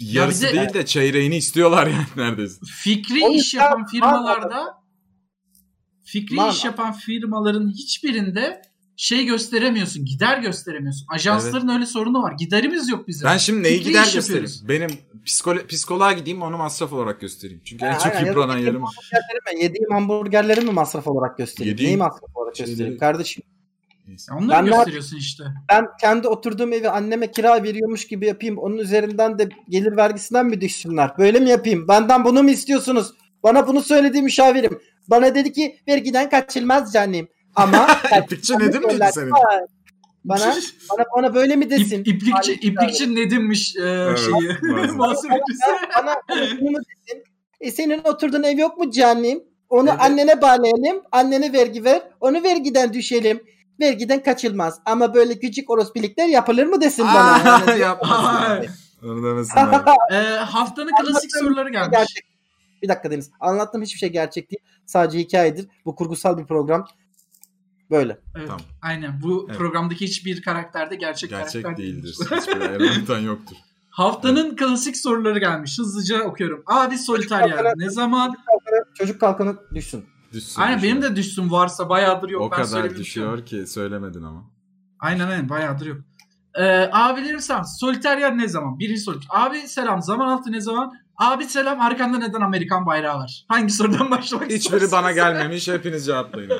Speaker 4: Yarısı
Speaker 3: bize-
Speaker 4: değil de çeyreğini istiyorlar yani neredeyse.
Speaker 3: Fikri
Speaker 2: O
Speaker 3: iş
Speaker 2: yüzden-
Speaker 3: yapan firmalarda fikri
Speaker 2: Lan-
Speaker 3: iş yapan firmaların hiçbirinde şey gösteremiyorsun. Gider gösteremiyorsun. Ajansların öyle sorunu var. Giderimiz yok bizim.
Speaker 4: Ben şimdi neyi
Speaker 3: Fikri
Speaker 4: gider
Speaker 3: iş
Speaker 4: göstereyim?
Speaker 3: yapıyoruz.
Speaker 4: Benim psikolo- psikoloğa gideyim onu masraf olarak göstereyim. Çünkü en
Speaker 2: Ha,
Speaker 4: çok
Speaker 2: aynen. Ya da
Speaker 4: yıpranan
Speaker 2: yediğim
Speaker 4: yerim. o.
Speaker 2: hamburgerleri mi? Yediğim hamburgerleri mi masraf olarak göstereyim?
Speaker 4: Yediğim-
Speaker 2: Neyi masraf olarak göstereyim
Speaker 4: Şeyleri-
Speaker 2: kardeşim?
Speaker 4: Neyse.
Speaker 3: Ya Onları
Speaker 2: Ben de-
Speaker 3: gösteriyorsun işte.
Speaker 2: Ben kendi oturduğum evi anneme kira veriyormuş gibi yapayım. Onun üzerinden de gelir vergisinden mi düşsünler? Böyle mi yapayım? Benden bunu mu istiyorsunuz? Bana bunu söyledi müşavirim. Bana dedi ki vergiden kaçılmaz canım. Ama
Speaker 4: İplikçi Nedim miydi
Speaker 2: Diyorlar,
Speaker 4: senin?
Speaker 2: "Aa, Bana, bana, bana böyle mi
Speaker 3: İp,
Speaker 2: desin?
Speaker 3: iplikçi,
Speaker 2: Halil
Speaker 3: iplikçi Nedim'miş e,
Speaker 4: Evet,
Speaker 3: şeyi.
Speaker 4: bazen.
Speaker 3: Muhasebecisi.
Speaker 2: bana bunu mu desin? E senin oturduğun ev yok mu canım? Onu
Speaker 4: Evet.
Speaker 2: annene bağlayalım. Annene vergi ver. Onu vergiden düşelim. Vergiden kaçılmaz. Ama böyle küçük orospilikler yapılır mı desin bana?
Speaker 4: Aa,
Speaker 2: Yani-
Speaker 4: yapmasın.
Speaker 3: Evet.
Speaker 4: Onu demesinler.
Speaker 3: E, haftanın klasik soruları gelmiş.
Speaker 2: gerçek. Bir dakika Deniz. Anlattığım hiçbir şey gerçek değil. Sadece hikayedir. Bu kurgusal bir program. Böyle.
Speaker 3: Evet,
Speaker 4: Tamam.
Speaker 3: Aynen. Bu
Speaker 4: Evet.
Speaker 3: programdaki hiçbir karakterde gerçek,
Speaker 4: Gerçek
Speaker 3: karakter
Speaker 4: değildir. Hiçbir ayrıntıdan yoktur.
Speaker 3: Haftanın klasik sorular gelmiş. Hızlıca okuyorum. Abi soliter
Speaker 2: Çocuk
Speaker 3: yani. Ne zaman?
Speaker 2: Çocuk kalkanı düşsün.
Speaker 4: Düşsün.
Speaker 3: Aynen
Speaker 4: düşün.
Speaker 3: benim de düşsün varsa bayağıdır yok.
Speaker 4: o
Speaker 3: ben
Speaker 4: kadar
Speaker 3: söylememiştim.
Speaker 4: düşüyor ki söylemedin ama.
Speaker 3: Aynen aynen bayağıdır yok. Ee, abilerim sen soliter yani ne zaman? Birinci soru. Abi selam zaman altı ne zaman? Abi selam arkanda neden Amerikan bayrağı var? Hangi sorudan başlamak
Speaker 4: Hiçbiri bana gelmemiş. Hepiniz cevaplayın.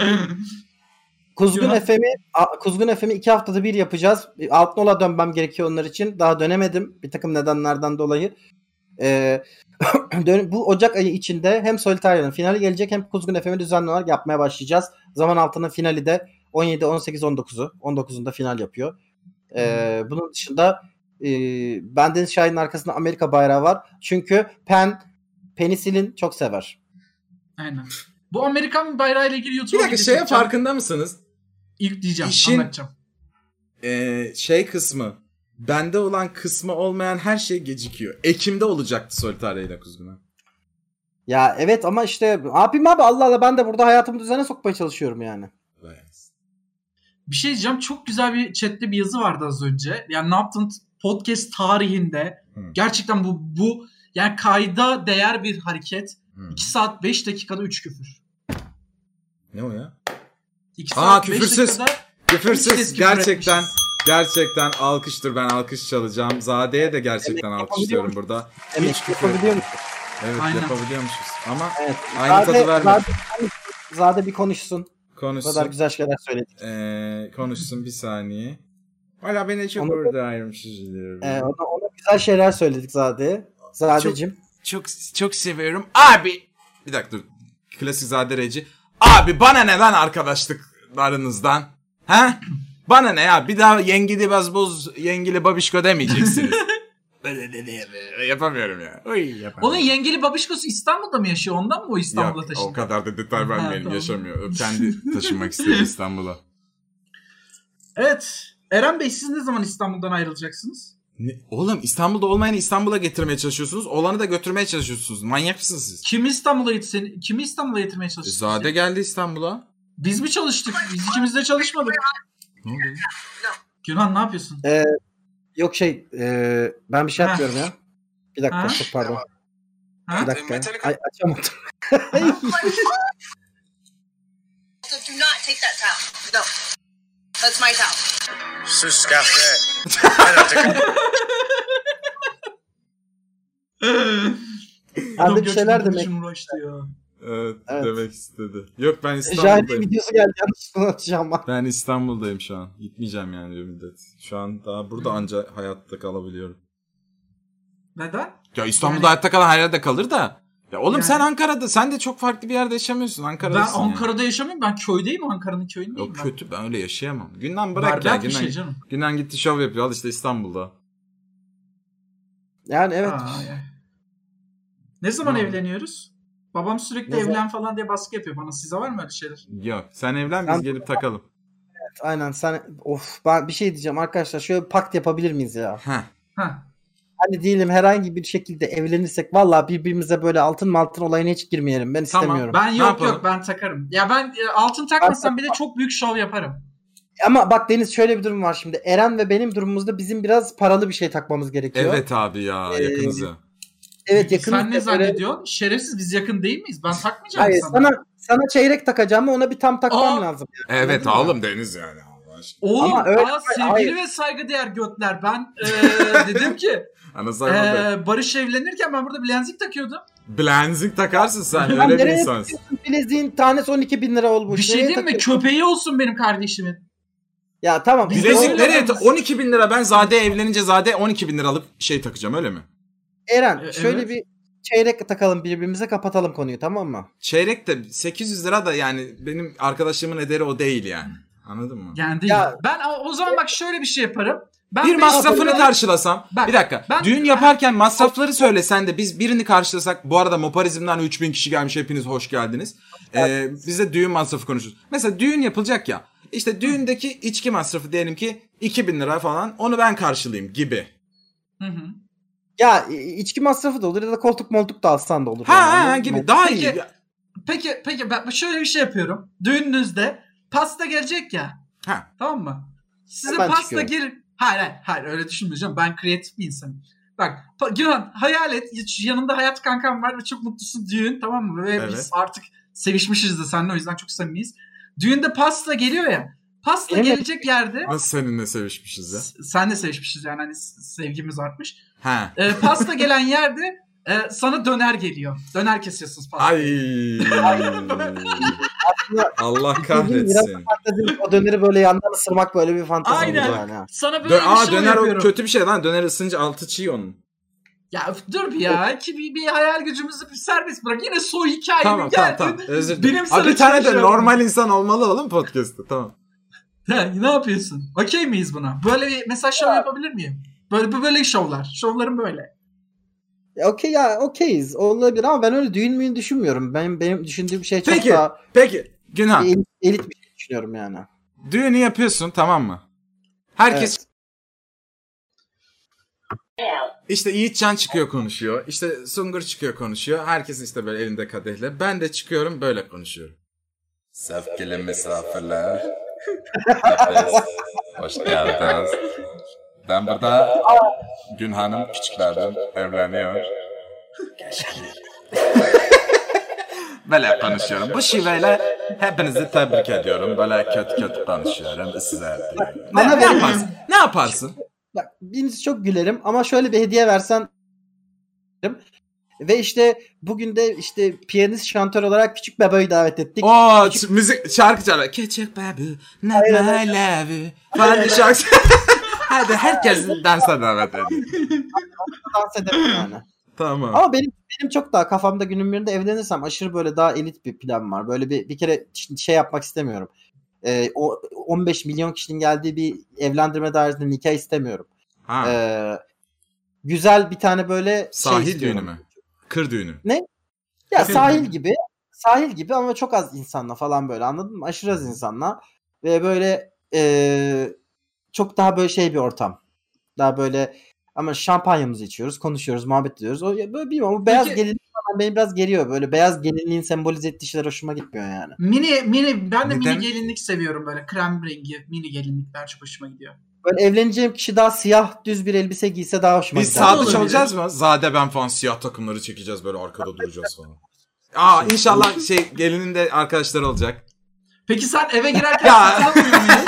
Speaker 2: Kuzgun
Speaker 3: Yunan-
Speaker 2: FM'i A- Kuzgun FM'i iki haftada bir yapacağız. Altınol'a dönmem gerekiyor onlar için. Daha dönemedim bir takım nedenlerden dolayı. Ee, dön- bu Ocak ayı içinde hem Solitaire'nin finali gelecek hem Kuzgun FM'i düzenli olarak yapmaya başlayacağız. Zaman altının finali de 17, 18, 19'u. 19'unda final yapıyor. Ee, bunun dışında e, ben Deniz Şahin'in arkasında Amerika bayrağı var. Çünkü Pen penisilin çok sever.
Speaker 3: Aynen. Bu Amerikan bayrağı ile ilgili
Speaker 4: bir
Speaker 3: YouTube'a
Speaker 4: dakika şeye
Speaker 3: gideceğim.
Speaker 4: farkında mısınız?
Speaker 3: İlk diyeceğim.
Speaker 4: İşin-
Speaker 3: Anlatacağım.
Speaker 4: Ee, şey kısmı. Bende olan kısmı olmayan her şey gecikiyor. Ekim'de olacaktı Solitaire ile Kuzgun'a.
Speaker 2: Ya evet ama işte ne yapayım abi Allah Allah ben de burada hayatımı düzene sokmaya çalışıyorum yani.
Speaker 3: Bir şey diyeceğim. Çok güzel bir chatte bir yazı vardı az önce. Yani ne yaptın podcast tarihinde.
Speaker 4: Hı.
Speaker 3: Gerçekten bu bu yani kayda değer bir hareket.
Speaker 4: Hı.
Speaker 3: 2 saat 5 dakikada 3 küfür.
Speaker 4: Ne o ya?
Speaker 3: 2
Speaker 4: Aa,
Speaker 3: saat 5
Speaker 4: küfürsüz.
Speaker 3: dakikada
Speaker 4: Küfürsüz
Speaker 3: Biz küfür
Speaker 4: gerçekten
Speaker 3: etmişiz.
Speaker 4: gerçekten alkıştır ben alkış çalacağım. Zade'ye de gerçekten alkışlıyorum burada.
Speaker 2: Demek
Speaker 4: Hiç
Speaker 2: ki
Speaker 4: küfür
Speaker 2: yapabiliyor musun?
Speaker 4: Evet
Speaker 3: Aynen.
Speaker 4: yapabiliyormuşuz ama
Speaker 2: Evet.
Speaker 4: aynı tadı vermedi.
Speaker 2: Zade, Zade bir konuşsun. Bu kadar
Speaker 4: Konuşsun,
Speaker 2: güzel şeyler söyledik.
Speaker 4: eee, e, konuşsun bir saniye. Valla beni çok
Speaker 2: Onu-
Speaker 4: orada ayrılmışız diyorum.
Speaker 2: Ee, ona, ona güzel şeyler söyledik Zade'ye. Zade'cim.
Speaker 4: Çok çok seviyorum. Abi bir dakika dur. Klasik Zade Reci. Abi bana ne lan arkadaşlıklarınızdan? He? Bana ne ya? Bir daha yengili bazboz, yengili babişko demeyeceksiniz. Böyle de diye- Yapamıyorum ya. Oy, yapamıyorum.
Speaker 3: Onun yengeli babişkosu İstanbul'da mı yaşıyor? Ondan mı o İstanbul'a
Speaker 4: Yok,
Speaker 3: taşındı?
Speaker 4: O kadar da detay vermeyelim.
Speaker 3: tamam.
Speaker 4: Yaşamıyor. Kendi taşınmak istedi İstanbul'a.
Speaker 3: Evet. Eren Bey siz ne zaman İstanbul'dan ayrılacaksınız?
Speaker 4: Ne- Oğlum İstanbul'da olmayanı İstanbul'a getirmeye çalışıyorsunuz. Olanı da götürmeye çalışıyorsunuz. Manyak mısınız siz? E,
Speaker 3: Kimi İstanbul'a it seni, kimi İstanbul'a getirmeye çalıştınız?
Speaker 4: Zade geldi İstanbul'a.
Speaker 3: Biz mi çalıştık? Biz ikimiz de çalışmadık.
Speaker 4: Ne oluyor?
Speaker 3: Günhan ne yapıyorsun?
Speaker 2: Yok şey e, ben bir şey
Speaker 3: Ha.
Speaker 2: yapmıyorum ya. Bir dakika
Speaker 3: Ha?
Speaker 2: çok pardon.
Speaker 3: Ha?
Speaker 2: Bir dakika.
Speaker 5: Metallica-
Speaker 2: Ay, açamadım.
Speaker 6: So do not take that towel. No. That's my towel.
Speaker 5: Sus kahve. Ben artık
Speaker 3: Adam
Speaker 2: Ben de bir şeyler
Speaker 3: gerçekten
Speaker 2: demek.
Speaker 3: için uğraştı ya.
Speaker 4: Evet,
Speaker 2: Evet.
Speaker 4: demek istedi. Yok
Speaker 3: E,
Speaker 2: Jahil'in
Speaker 4: ben İstanbul'dayım.
Speaker 2: videosu geldi yanlışlıkla atacağım ben.
Speaker 4: ben İstanbul'dayım şu an. Gitmeyeceğim yani bir müddet. Şu an daha burada
Speaker 3: Hmm.
Speaker 4: anca hayatta kalabiliyorum.
Speaker 3: Neden?
Speaker 4: Ya İstanbul'da
Speaker 3: Yani-
Speaker 4: hayatta kalan her yerde kalır da. Ya oğlum
Speaker 3: Yani-
Speaker 4: sen Ankara'da sen de çok farklı bir yerde yaşamıyorsun. Ankara'da.
Speaker 3: ben Ankara'da yaşamıyorum. Ben köydeyim. Ankara'nın köyündeyim
Speaker 4: Yok
Speaker 3: ben.
Speaker 4: kötü ben öyle yaşayamam. Günden bırak
Speaker 3: Berbat
Speaker 4: ya.
Speaker 3: bir
Speaker 4: Günden,
Speaker 3: şey canım.
Speaker 4: Günden gitti şov yapıyor. Al işte İstanbul'da.
Speaker 2: Yani evet.
Speaker 3: Aa, ya. ne zaman
Speaker 4: Ne?
Speaker 3: evleniyoruz? Babam sürekli
Speaker 2: Ne zaman?
Speaker 3: evlen falan diye baskı yapıyor bana. Size var mı öyle şeyler?
Speaker 4: Yok sen evlen biz
Speaker 2: Ben-
Speaker 4: gelip takalım.
Speaker 2: Aynen sen of ben bir şey diyeceğim arkadaşlar şöyle bir pakt yapabilir miyiz ya?
Speaker 4: Heh.
Speaker 3: Ha.
Speaker 2: Hani diyelim herhangi bir şekilde evlenirsek vallahi birbirimize böyle altın maltın olayına hiç girmeyelim. Ben
Speaker 4: Tamam,
Speaker 2: istemiyorum.
Speaker 3: Ben yok
Speaker 4: yapalım?
Speaker 3: yok ben takarım. Ya ben e, altın takmasam bile çok büyük şov yaparım.
Speaker 2: Ama bak Deniz şöyle bir durum var şimdi. Eren ve benim durumumuzda bizim biraz paralı bir şey takmamız gerekiyor.
Speaker 4: Evet abi ya
Speaker 2: Ee,
Speaker 4: yakınızı.
Speaker 2: Evet yakınız
Speaker 3: Sen ne
Speaker 2: da böyle-
Speaker 3: zannediyorsun? Şerefsiz biz yakın değil miyiz? Ben takmayacağım
Speaker 2: Hayır
Speaker 3: sana.
Speaker 2: sana sana çeyrek takacağım ama ona bir tam takmam
Speaker 3: Aa!
Speaker 2: lazım.
Speaker 4: Evet
Speaker 2: Anladın mı?
Speaker 4: oğlum Deniz yani. Allah aşkına.
Speaker 3: Oğlum
Speaker 2: Ama öyle-
Speaker 3: aa, sevgili
Speaker 2: hayır.
Speaker 3: ve saygıdeğer götler. Ben e, dedim ki
Speaker 4: Anasını satayım.
Speaker 3: e, Barış evlenirken ben burada bilezik takıyordum.
Speaker 4: Bilezik takarsın sen
Speaker 2: Lan
Speaker 4: öyle bir
Speaker 2: nereye
Speaker 4: insansın.
Speaker 2: Bileziğin tanesi 12 bin lira olmuş.
Speaker 3: Bir şey
Speaker 2: Nereye
Speaker 3: diyeyim mi?
Speaker 2: takıyorsun?
Speaker 3: Köpeği olsun benim kardeşimin.
Speaker 2: Ya tamam.
Speaker 3: Biz
Speaker 4: Bilezik
Speaker 3: Doğru.
Speaker 4: nereye? ta- 12 bin lira ben Zade evlenince Zade 12 bin liralık şey takacağım öyle mi?
Speaker 2: Eren
Speaker 3: E,
Speaker 2: şöyle
Speaker 3: evet.
Speaker 2: bir çeyrek takalım birbirimize kapatalım konuyu tamam mı?
Speaker 4: Çeyrek de 800 lira da yani benim arkadaşımın ederi o değil yani. Anladın mı?
Speaker 3: Yani değil.
Speaker 2: Ya-
Speaker 3: Ben o- o zaman bak şöyle bir şey yaparım. Ben
Speaker 4: bir
Speaker 3: beş
Speaker 4: masrafını
Speaker 3: liralık-
Speaker 4: karşılasam.
Speaker 3: Bak,
Speaker 4: bir dakika.
Speaker 3: ben-
Speaker 4: Düğün yaparken masrafları söylesen de biz birini karşılasak. Bu arada Moparizm'den 3000 kişi gelmiş. Hepiniz hoş geldiniz. Ee, biz de düğün masrafı konuşuruz. Mesela düğün yapılacak ya. İşte düğündeki içki masrafı diyelim ki 2000 lira falan. Onu ben karşılayayım gibi.
Speaker 3: Hı hı.
Speaker 2: Ya i- içki masrafı da olur ya da koltuk moltuk da alsan da olur.
Speaker 4: Ha
Speaker 2: yani,
Speaker 4: ha, ha
Speaker 2: anladın
Speaker 4: gibi.
Speaker 2: mı?
Speaker 4: Daha iyi.
Speaker 3: Peki- Peki peki ben şöyle bir şey yapıyorum. Düğününüzde pasta gelecek ya.
Speaker 4: Ha.
Speaker 3: Tamam mı? Size
Speaker 2: Ben
Speaker 3: pasta
Speaker 2: çıkıyorum.
Speaker 3: gelir. Hayır hayır hayır öyle düşünmeyeceğim. Ben kreatif bir insanım. Bak pa- Güven hayal et. hiç- Yanında hayat kankam var ve çok mutlusun düğün tamam mı? Ve
Speaker 4: Evet.
Speaker 3: biz artık sevişmişiz de seninle o yüzden çok samimiyiz. Düğünde pasta geliyor ya. Pasta
Speaker 2: Evet.
Speaker 3: gelecek yerde
Speaker 4: Nasıl seninle sevişmişiz ya?
Speaker 3: S- senle sevişmişiz yani hani s- sevgimiz artmış.
Speaker 4: Ha.
Speaker 3: Ee, pasta gelen yerde e, sana döner geliyor. Döner kesiyorsunuz pasta.
Speaker 4: Ay. Allah kahretsin.
Speaker 2: Fantezi- o döneri böyle yandan ısırmak böyle bir fantezi
Speaker 3: Aynen.
Speaker 2: olur yani. ha.
Speaker 3: Sana böyle
Speaker 4: Dö-
Speaker 3: bir
Speaker 4: Aa
Speaker 3: şey
Speaker 4: döner o
Speaker 3: yapıyorum.
Speaker 4: kötü bir şey lan. Döner ısınca altı çiğ onun.
Speaker 3: Ya öf, dur bir ya. Ki bir, bir hayal gücümüzü bir serbest bırak. Yine soy hikayemi
Speaker 4: Tamam tamam
Speaker 3: geldin.
Speaker 4: tamam. Özür
Speaker 3: Bilim
Speaker 4: dilerim. Aa,
Speaker 3: sana
Speaker 4: bir tane de
Speaker 3: çalışıyorum.
Speaker 4: normal insan olmalı oğlum podcast'ta. Tamam.
Speaker 3: He, ne yapıyorsun? Okey miyiz buna? Böyle bir mesela şov yapabilir miyim? Böyle bu- böyle şovlar. Şovlarım böyle.
Speaker 2: Ya Okey ya okeyiz olabilir ama ben öyle düğün müyün düşünmüyorum. Benim benim düşündüğüm şey çok
Speaker 4: Peki.
Speaker 2: daha
Speaker 4: Peki Günhan.
Speaker 2: elit, elit bir şey düşünüyorum yani.
Speaker 4: Düğünü yapıyorsun tamam mı? Herkes işte Yiğitcan çıkıyor konuşuyor. İşte Sungur çıkıyor konuşuyor. Herkes işte böyle elinde kadehle. Ben de çıkıyorum böyle konuşuyorum.
Speaker 7: Sevgili misafirler. Hepiniz hoş geldiniz. Ben burada Gün Hanım küçüklerden evleniyor.
Speaker 4: Böyle konuşuyorum. Bu şiveyle
Speaker 7: Hepinizi tebrik ediyorum. Böyle kötü kötü konuşuyorum. Size
Speaker 2: Bana
Speaker 4: Ne, ne
Speaker 2: verin.
Speaker 4: yaparsın? Ne yaparsın?
Speaker 2: Bak biriniz çok gülerim ama şöyle bir hediye versen ve işte bugün de işte piyanist şantör olarak küçük bebeği davet ettik.
Speaker 4: Oo, ç- müzik şarkı çalar. Küçük babu, not my love. Falan diye şarkı. Hadi herkes dans eder.
Speaker 2: Dans ederim yani.
Speaker 4: Tamam.
Speaker 2: Ama benim benim çok daha kafamda günün birinde evlenirsem aşırı böyle daha elit bir plan var. Böyle bir bir kere ş- şey yapmak istemiyorum. Ee, o 15 milyon kişinin geldiği bir evlendirme dairesinde nikah istemiyorum.
Speaker 4: Ha,
Speaker 2: Ee, güzel bir tane böyle şey
Speaker 4: sahil
Speaker 2: istiyorum.
Speaker 4: düğünü mü? Kır düğünü.
Speaker 2: Ya sahil gibi. Sahil gibi ama çok az insanla falan böyle anladın mı? Aşırı az insanla. Ve böyle eee, çok daha böyle şey bir ortam. Daha böyle ama şampanyamızı içiyoruz, konuşuyoruz, muhabbet ediyoruz. O, ya böyle bilmiyorum o beyaz
Speaker 3: Peki-
Speaker 2: gelinlik falan beni biraz geriyor. Böyle beyaz gelinliğin sembolize ettiği şeyler hoşuma gitmiyor yani.
Speaker 3: Mini mini ben de
Speaker 4: Neden?
Speaker 3: mini gelinlik seviyorum böyle krem rengi mini gelinlikler çok hoşuma gidiyor.
Speaker 2: Böyle evleneceğim kişi daha siyah düz bir elbise giyse daha hoşuma
Speaker 4: Biz
Speaker 2: gider.
Speaker 4: sahada
Speaker 3: Olabilir.
Speaker 4: çalacağız mı? Zade ben falan siyah takımları çekeceğiz böyle arkada duracağız falan. Aa inşallah şey gelinin de arkadaşları olacak.
Speaker 3: Peki sen eve girerken
Speaker 4: Ya.
Speaker 3: saklanmıyor musun?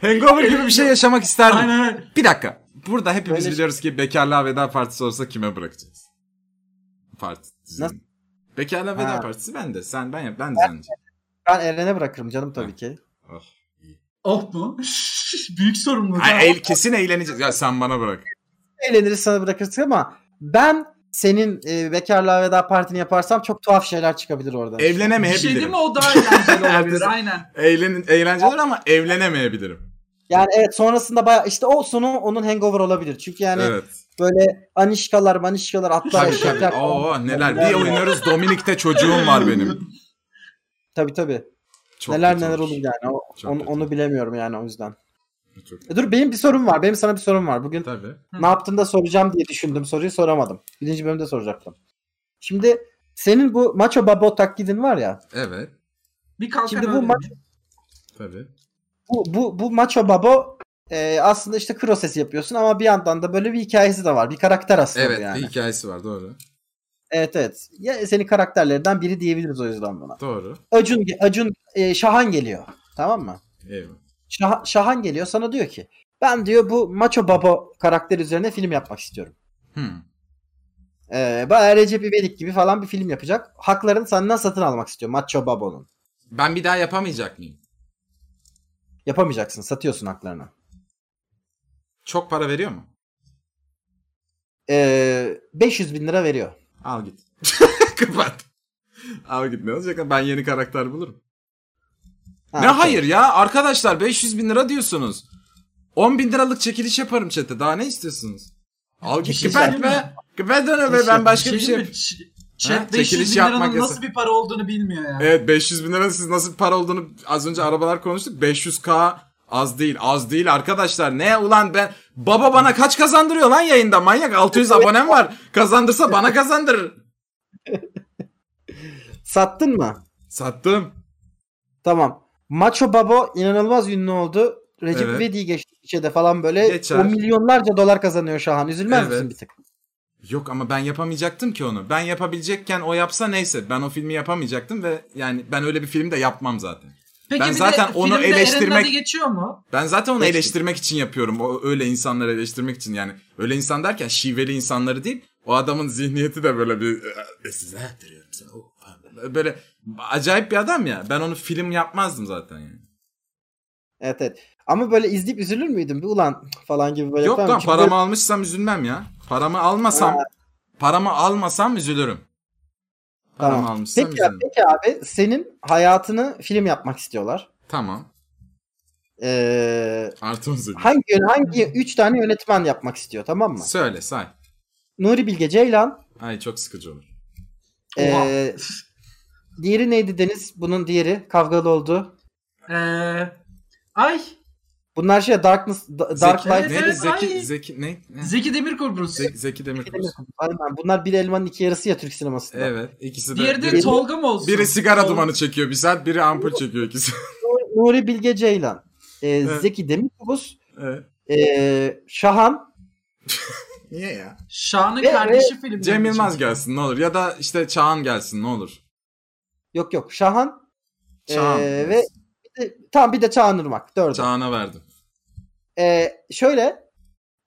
Speaker 4: Hangover gibi bir şey yaşamak isterdim.
Speaker 3: Aynen öyle.
Speaker 4: Bir dakika. Burada hepimiz
Speaker 2: Böyle-
Speaker 4: biliyoruz ki bekarlığa veda partisi olsa kime bırakacağız? Parti.
Speaker 2: Nasıl?
Speaker 4: Nasıl? Bekarlığa
Speaker 2: Ha.
Speaker 4: veda partisi bende. Sen ben ben düzenleyeceğim.
Speaker 2: Ben Eren'e bırakırım canım tabii ki.
Speaker 3: Oh mu? Büyük sorumluluk. ha.
Speaker 4: Ay, el, kesin eğleneceğiz. Ya sen bana bırak.
Speaker 2: Eğleniriz sana bırakırsın ama ben senin e, bekarlığa veda partini yaparsam çok tuhaf şeyler çıkabilir oradan.
Speaker 3: Bir şey değil
Speaker 4: Evlenemeyebilirim.
Speaker 3: mi o daha eğlenceli olabilir
Speaker 4: Ertesi-
Speaker 3: aynen.
Speaker 4: Eğlen, eğlenceler ama evlenemeyebilirim.
Speaker 2: Yani evet sonrasında baya işte o sonu onun hangover olabilir. Çünkü yani
Speaker 4: evet.
Speaker 2: böyle anişkalar manişkalar atlar
Speaker 4: Tabii tabii.
Speaker 2: eşekler. falan.
Speaker 4: Oo neler. Bir oynuyoruz. Dominik'te çocuğum var benim.
Speaker 2: Tabii tabii.
Speaker 4: Çok
Speaker 2: neler
Speaker 4: kötü
Speaker 2: neler
Speaker 4: olmuş.
Speaker 2: olur yani. O-
Speaker 4: Çok
Speaker 2: onu,
Speaker 4: kötü.
Speaker 2: onu bilemiyorum yani o yüzden.
Speaker 4: Çok-
Speaker 2: E dur benim bir sorum var. Benim sana bir sorum var. Bugün
Speaker 4: Tabii.
Speaker 2: ne yaptığımda soracağım diye düşündüm. Soruyu soramadım. Birinci bölümde soracaktım. Şimdi senin bu macho babo taklidin var ya.
Speaker 4: Evet.
Speaker 3: Bir kalkan
Speaker 2: Şimdi bu
Speaker 3: öyle.
Speaker 2: maç-
Speaker 4: Tabii.
Speaker 2: Bu, bu, bu macho babo e, aslında işte kro sesi yapıyorsun ama bir yandan da böyle bir hikayesi de var. Bir karakter aslında
Speaker 4: Evet
Speaker 2: bu yani.
Speaker 4: bir hikayesi var doğru.
Speaker 2: Evet evet. Ya senin karakterlerden biri diyebiliriz o yüzden buna.
Speaker 4: Doğru.
Speaker 2: Acun Acun e, Şahan geliyor. Tamam mı?
Speaker 4: Eyvallah.
Speaker 2: Şah- Şahan geliyor sana diyor ki ben diyor bu Macho Baba karakter üzerine film yapmak istiyorum.
Speaker 4: Hmm.
Speaker 2: Ee, bayağı Recep İvedik gibi falan bir film yapacak. Haklarını senden satın almak istiyor Macho Baba'nın.
Speaker 4: Ben bir daha yapamayacak mıyım?
Speaker 2: Yapamayacaksın. Satıyorsun haklarını.
Speaker 4: Çok para veriyor mu?
Speaker 2: Ee, 500 bin lira veriyor.
Speaker 4: Al git. Kapat. Al git ne olacak? Ben yeni karakter bulurum.
Speaker 2: Ha,
Speaker 4: ne
Speaker 2: okey.
Speaker 4: hayır ya? Arkadaşlar 500 bin lira diyorsunuz. 10 bin liralık çekiliş yaparım çete. Daha ne istiyorsunuz? Al git.
Speaker 2: şey
Speaker 4: Gıbet
Speaker 3: söyleyeyim
Speaker 4: be. Gıbet öyle be.
Speaker 2: Bir şey-
Speaker 4: Ben başka bir şey
Speaker 3: değil mi?
Speaker 4: yapayım.
Speaker 3: Ç-
Speaker 4: Ha?
Speaker 3: Chat
Speaker 4: Çekiliş
Speaker 3: 500 bin liranın
Speaker 4: yapmak yasak.
Speaker 3: nasıl bir para olduğunu bilmiyor ya.
Speaker 4: Evet 500 bin lira siz nasıl bir para olduğunu az önce arabalar konuştuk. 500k az değil az değil arkadaşlar. Ne ulan ben baba bana kaç kazandırıyor lan yayında manyak 600 abonem var. Kazandırsa bana kazandırır.
Speaker 2: Sattın mı?
Speaker 4: Sattım.
Speaker 2: Tamam. Macho Baba inanılmaz ünlü oldu. Recep
Speaker 4: Evet.
Speaker 2: İvedik'i geçti içede falan böyle.
Speaker 4: Geçer.
Speaker 2: O milyonlarca dolar kazanıyor Şahan. Üzülmez
Speaker 4: Evet.
Speaker 2: misin bir tık?
Speaker 4: Yok ama ben yapamayacaktım ki onu. Ben yapabilecekken o yapsa neyse. Ben o filmi yapamayacaktım ve yani ben öyle bir film de yapmam zaten.
Speaker 3: Peki
Speaker 4: Ben
Speaker 3: bir de
Speaker 4: zaten onu
Speaker 3: filmde
Speaker 4: eleştirmek-
Speaker 3: Eren'in adı geçiyor mu?
Speaker 4: Ben zaten onu
Speaker 2: Peki.
Speaker 4: eleştirmek için yapıyorum. O öyle insanları eleştirmek için yani. Öyle insan derken şiveli insanları değil. O adamın zihniyeti de böyle bir "E, size yaptırıyorum sana. o Oh, falan." Böyle acayip bir adam ya. Ben onu film yapmazdım zaten yani.
Speaker 2: Evet evet. Ama böyle izleyip üzülür müydün? Bir ulan falan gibi böyle
Speaker 4: Yok
Speaker 2: yapar mı?
Speaker 4: lan
Speaker 2: Çünkü
Speaker 4: paramı almışsam üzülmem ya. Paramı almasam paramı almasam üzülürüm. Paramı
Speaker 2: Tamam.
Speaker 4: almışsam
Speaker 2: Peki,
Speaker 4: üzülürüm.
Speaker 2: abi, peki abi senin hayatını film yapmak istiyorlar.
Speaker 4: Tamam.
Speaker 2: Ee,
Speaker 4: Artı üzülürüm.
Speaker 2: hangi hangi üç tane yönetmen yapmak istiyor tamam mı?
Speaker 4: Söyle say.
Speaker 2: Nuri Bilge Ceylan.
Speaker 4: Ay çok sıkıcı olur.
Speaker 3: Oha.
Speaker 2: ee, diğeri neydi Deniz? Bunun diğeri kavgalı oldu.
Speaker 3: Ee, ay
Speaker 2: Bunlar şey Darkness, Da- Dark
Speaker 4: Zeki,
Speaker 2: Light.
Speaker 3: Evet,
Speaker 4: neydi?
Speaker 3: evet,
Speaker 4: Zeki,
Speaker 3: ay.
Speaker 4: Zeki, ne? Ne?
Speaker 3: Zeki Demirkubuz.
Speaker 4: Zeki, Zeki Demirkubuz.
Speaker 2: Aynen. Bunlar bir elmanın iki yarısı ya Türk sinemasında.
Speaker 4: Evet. ikisi de.
Speaker 3: Diğeri de
Speaker 4: biri-
Speaker 3: Tolga mı olsun?
Speaker 4: Biri sigara
Speaker 3: Tol-
Speaker 4: dumanı çekiyor bir saat, biri ampul çekiyor ikisi.
Speaker 2: Nuri- Nuri Bilge Ceylan. ee,
Speaker 4: Evet.
Speaker 2: Zeki Demirkubuz.
Speaker 4: Evet.
Speaker 2: ee, Şahan.
Speaker 4: Niye ya?
Speaker 3: Şahan'ın
Speaker 2: Ve-
Speaker 3: kardeşi filmi.
Speaker 4: Cem Yılmaz gelsin ne olur ya da işte Çağan gelsin ne olur.
Speaker 2: Yok yok. Şahan.
Speaker 4: Çağan.
Speaker 2: Ee, ve bir de- tam bir de Çağan Irmak. Dördü.
Speaker 4: Çağan'a verdim.
Speaker 2: Ee, şöyle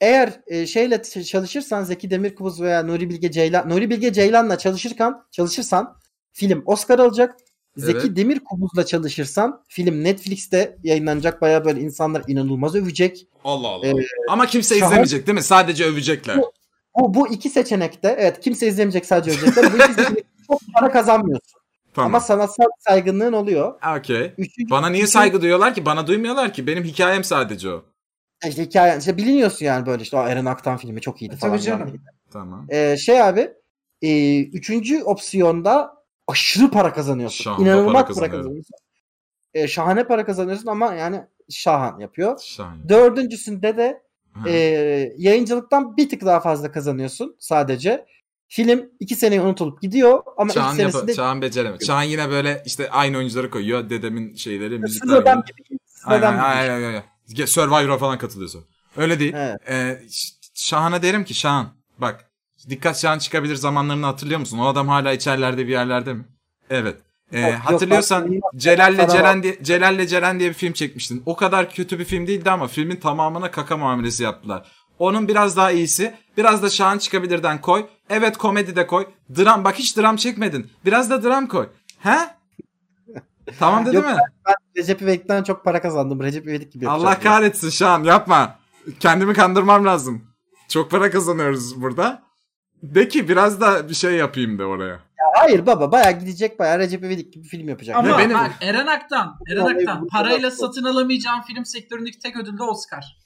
Speaker 2: eğer e, şeyle t- çalışırsan Zeki Demirkubuz veya Nuri Bilge Ceylan Nuri Bilge Ceylan'la çalışırken çalışırsan film Oscar alacak. Zeki
Speaker 4: Evet.
Speaker 2: Demirkubuz'la çalışırsan film Netflix'te yayınlanacak. Baya böyle insanlar inanılmaz övecek.
Speaker 4: Allah Allah.
Speaker 2: Ee,
Speaker 4: Ama kimse
Speaker 2: Çağan-
Speaker 4: izlemeyecek değil mi? Sadece övecekler.
Speaker 2: Bu, bu iki seçenekte evet kimse izlemeyecek sadece övecekler. Bu iki seçenekte çok para kazanmıyorsun. Ama
Speaker 4: Tamam.
Speaker 2: sanatsal saygınlığın oluyor.
Speaker 4: Okey.
Speaker 2: Üçüncü
Speaker 4: Bana niye saygı duyuyorlar ki? Bana duymuyorlar ki. Benim hikayem sadece o.
Speaker 2: işte e, hikaye işte biliniyorsun yani böyle işte "Aa, Eren Aktan filmi çok iyiydi
Speaker 3: E,
Speaker 2: falan.
Speaker 3: tabii
Speaker 2: filan
Speaker 3: canım.
Speaker 2: diye.
Speaker 4: Tamam.
Speaker 2: Ee, şey abi e, üçüncü opsiyonda aşırı para kazanıyorsun.
Speaker 4: Şahane
Speaker 2: İnanılmaz
Speaker 4: para
Speaker 2: para,
Speaker 4: kazanıyorum.
Speaker 2: kazanıyorsun. Ee, şahane para kazanıyorsun ama yani şahan yapıyor.
Speaker 4: Şahane.
Speaker 2: Dördüncüsünde de
Speaker 4: Ha.
Speaker 2: e, yayıncılıktan bir tık daha fazla kazanıyorsun sadece. Film iki seneye unutulup gidiyor ama
Speaker 4: Çağan,
Speaker 2: ilk
Speaker 4: yapa-
Speaker 2: senesinde
Speaker 4: Çağan beceremez. Çağan yine böyle işte aynı oyuncuları koyuyor. Dedemin şeyleri, müzikler.
Speaker 2: sıradan
Speaker 4: gibi.
Speaker 2: bir
Speaker 4: Aynen,
Speaker 2: sıradan bir-
Speaker 4: aynen, aynen. Ge- Survivor'a falan katılıyorsun. Öyle değil.
Speaker 2: Evet.
Speaker 4: Ee, Ş- Şahan'a derim ki Şahan bak dikkat Şahan çıkabilir zamanlarını hatırlıyor musun? O adam hala içerilerde bir yerlerde mi? Evet. Ee,
Speaker 2: Yok, yok,
Speaker 4: hatırlıyorsan
Speaker 2: bak,
Speaker 4: Celal'le
Speaker 2: sana
Speaker 4: Ceren diye, Celal'le Ceren diye bir film çekmiştin. O kadar kötü bir film değildi ama filmin tamamına kaka muamelesi yaptılar. Onun biraz daha iyisi. Biraz da Şahan çıkabilirden koy. Evet komedi de koy. Dram bak hiç dram çekmedin. Biraz da dram koy. He? Tamam dedi
Speaker 2: Yok,
Speaker 4: mi?
Speaker 2: Recep İvedik'ten çok para kazandım. Recep İvedik gibi
Speaker 4: Allah
Speaker 2: yapacağım.
Speaker 4: kahretsin Şahan yapma. Kendimi kandırmam lazım. Çok para kazanıyoruz burada. De ki biraz da bir şey yapayım de oraya.
Speaker 2: Hayır baba baya gidecek baya Recep İvedik gibi film yapacak.
Speaker 3: Ama
Speaker 4: Ya benim-
Speaker 3: bak Eren Aktan, Eren
Speaker 2: Vallahi
Speaker 3: Aktan
Speaker 2: bu
Speaker 3: parayla
Speaker 2: kadar-
Speaker 3: satın alamayacağın film sektöründeki tek ödül de Oscar.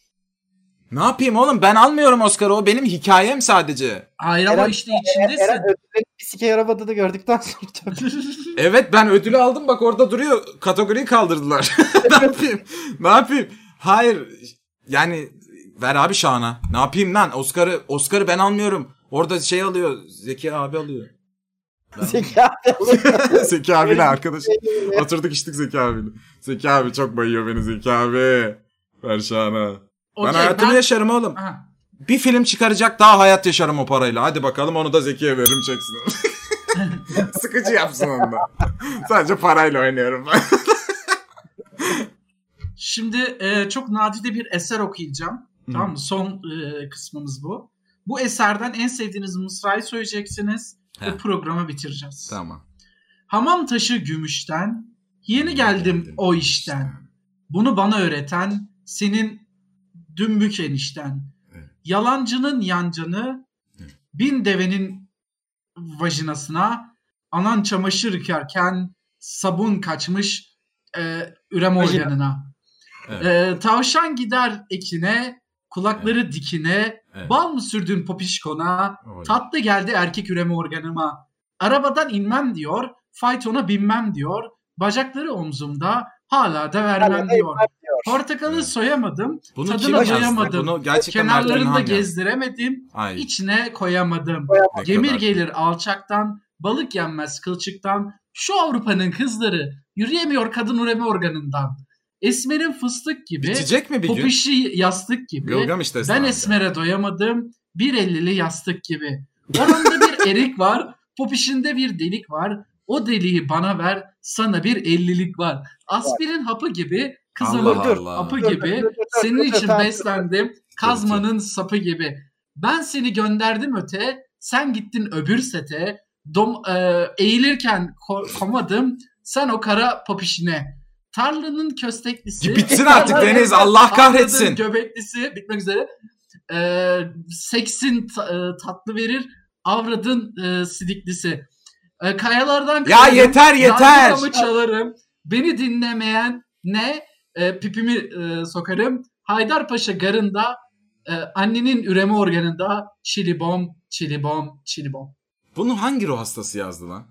Speaker 4: Ne yapayım oğlum ben almıyorum Oscar'ı o benim hikayem sadece.
Speaker 3: Hayır ama
Speaker 2: Eren-
Speaker 3: işte
Speaker 2: Eren
Speaker 3: içindesin.
Speaker 2: ödülleri bir sikeye arabada da gördükten sonra tabii.
Speaker 4: Evet ben ödülü aldım bak orada duruyor kategoriyi kaldırdılar. ne yapayım ne yapayım. Hayır yani ver abi Şahan'a ne yapayım lan Oscar'ı Oscar'ı ben almıyorum. Orada şey alıyor Zeki abi alıyor.
Speaker 2: Zeki abi.
Speaker 4: Zeki abiyle arkadaş. Oturduk içtik Zeki abiyle. Zeki abi çok bayıyor beni Zeki abi. Ver Şahan'a.
Speaker 3: Okey,
Speaker 4: ben hayatımı yaşarım oğlum.
Speaker 3: Aha.
Speaker 4: Bir film çıkaracak daha hayat yaşarım o parayla. Hadi bakalım onu da Zeki'ye veririm çeksin. Sıkıcı yapsın onu da. Sadece parayla oynuyorum ben.
Speaker 3: Şimdi e, çok nadide bir eser okuyacağım. Tamam mı? Son e, kısmımız bu. Bu eserden en sevdiğiniz mısrayı söyleyeceksiniz
Speaker 4: He.
Speaker 3: ve programı bitireceğiz.
Speaker 4: Tamam.
Speaker 3: Hamam taşı gümüşten, yeni geldim o işten. Bunu bana öğreten senin dümbük enişten.
Speaker 4: Evet.
Speaker 3: Yalancının yancanı bin devenin vajinasına anan çamaşır yıkarken sabun kaçmış e, ürem
Speaker 2: Vajina.
Speaker 3: organına.
Speaker 4: Evet.
Speaker 3: E, tavşan gider ekine, kulakları dikine,
Speaker 4: Evet.
Speaker 3: bal mı sürdün popişkona,
Speaker 4: Oy.
Speaker 3: Tatlı geldi erkek üreme organıma. Arabadan inmem diyor. Faytona binmem diyor. Bacakları omzumda. Hala da vermem
Speaker 2: Hala da
Speaker 3: diyor. Portakalı
Speaker 4: Evet.
Speaker 3: soyamadım.
Speaker 4: Bunu
Speaker 3: tadına
Speaker 4: kim yazdı?
Speaker 3: doyamadım.
Speaker 4: Bunu gerçekten Ertuğrul
Speaker 3: Kenarlarında
Speaker 4: Han yazdı.
Speaker 3: gezdiremedim.
Speaker 4: Ay,
Speaker 3: içine koyamadım.
Speaker 4: ne
Speaker 3: Gemir
Speaker 4: kadar-
Speaker 3: gelir alçaktan. Balık yenmez kılçıktan. Şu Avrupa'nın kızları yürüyemiyor kadın üreme organından. Esmerin fıstık gibi.
Speaker 4: Bitecek mi bir gün?
Speaker 3: Popişi yastık gibi.
Speaker 4: Gilgamesh
Speaker 3: Ben
Speaker 4: destanı.
Speaker 3: esmere doyamadım. Bir ellili yastık gibi. Oranda bir erik var. Popişinde bir delik var. O deliği bana ver. Sana bir ellilik var. Aspirin hapı gibi. Kızamık
Speaker 4: Allah Allah.
Speaker 3: hapı gibi. Senin için beslendim. Kazmanın sapı gibi. Ben seni gönderdim öte. Sen gittin öbür sete. Dom, e, eğilirken ko- komadım. Sen o kara popişine. Tarlanın kösteklisi.
Speaker 4: Bitsin artık
Speaker 3: Şey-
Speaker 4: Deniz Allah kahretsin.
Speaker 3: Anladın, Göbeklisi bitmek üzere. Ee, seksin ta- e, tatlı verir. Avradın e, sidiklisi. Ee, kayalardan
Speaker 4: Ya yeter
Speaker 3: Şey-
Speaker 4: yeter.
Speaker 3: Darbukamı çalarım. Beni dinlemeyen ne? Ee, pipimi e, sokarım. Haydarpaşa garında e, annenin üreme organında çilibom, çilibom, çilibom.
Speaker 4: Bunu hangi ruh hastası yazdı lan?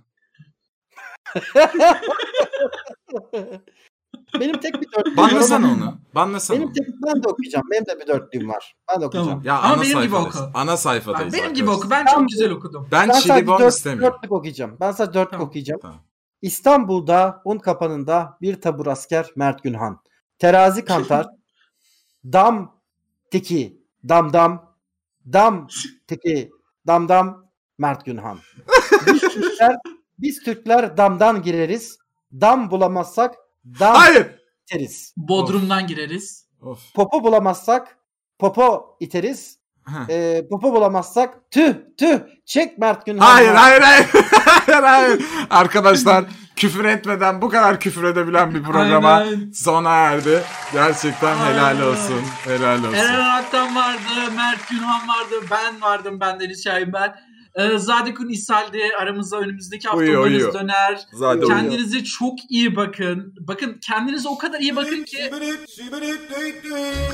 Speaker 2: Benim tek bir dörtlüğüm var.
Speaker 4: Banlasana onu. Banlasana
Speaker 2: Benim
Speaker 4: onu.
Speaker 2: tek ben de okuyacağım. Benim de bir dörtlüğüm var. Ben de okuyacağım.
Speaker 3: Tamam.
Speaker 4: Ya
Speaker 3: Ama
Speaker 4: ana
Speaker 3: benim gibi
Speaker 4: sayfadayız.
Speaker 3: oku.
Speaker 4: Ana
Speaker 3: Bak,
Speaker 4: sayfadayız.
Speaker 3: benim gibi
Speaker 4: arkadaşlar.
Speaker 3: oku. Ben
Speaker 2: Tamam.
Speaker 3: çok güzel okudum.
Speaker 4: Ben
Speaker 2: Ben sadece
Speaker 4: Şili Bomb
Speaker 2: dört,
Speaker 4: istemiyorum.
Speaker 2: dörtlük okuyacağım. Ben sadece dörtlük
Speaker 3: Tamam.
Speaker 2: okuyacağım.
Speaker 4: Tamam.
Speaker 2: İstanbul'da un kapanında bir tabur asker Mert Günhan. Terazi kantar. dam teki dam dam. Dam teki dam dam Mert Günhan. Biz Türkler, biz Türkler damdan gireriz. Dam bulamazsak dam
Speaker 4: Hayır.
Speaker 2: iteriz.
Speaker 3: Bodrum'dan gireriz.
Speaker 4: Of.
Speaker 2: Popo bulamazsak popo iteriz.
Speaker 4: Ha.
Speaker 2: Ee, popo bulamazsak tüh tüh çek Mert Günhan.
Speaker 4: Hayır hayır hayır. hayır hayır. Arkadaşlar küfür etmeden bu kadar küfür edebilen bir programa
Speaker 3: Aynen.
Speaker 4: sona erdi. Gerçekten helal
Speaker 3: Aynen.
Speaker 4: olsun. Helal olsun.
Speaker 3: Eren Aktan vardı, Mert Günhan vardı, ben vardım, ben Deniz Şahin ben. Ee, Zadikun İshal de aramızda önümüzdeki hafta
Speaker 4: Uyuyor,
Speaker 3: umarız
Speaker 4: uyuyor.
Speaker 3: döner.
Speaker 4: Zaten
Speaker 2: Doğru.
Speaker 3: Kendinize çok iyi bakın. Bakın kendinize o kadar iyi bakın ki
Speaker 1: Zibidi, zibidi, duy, duy.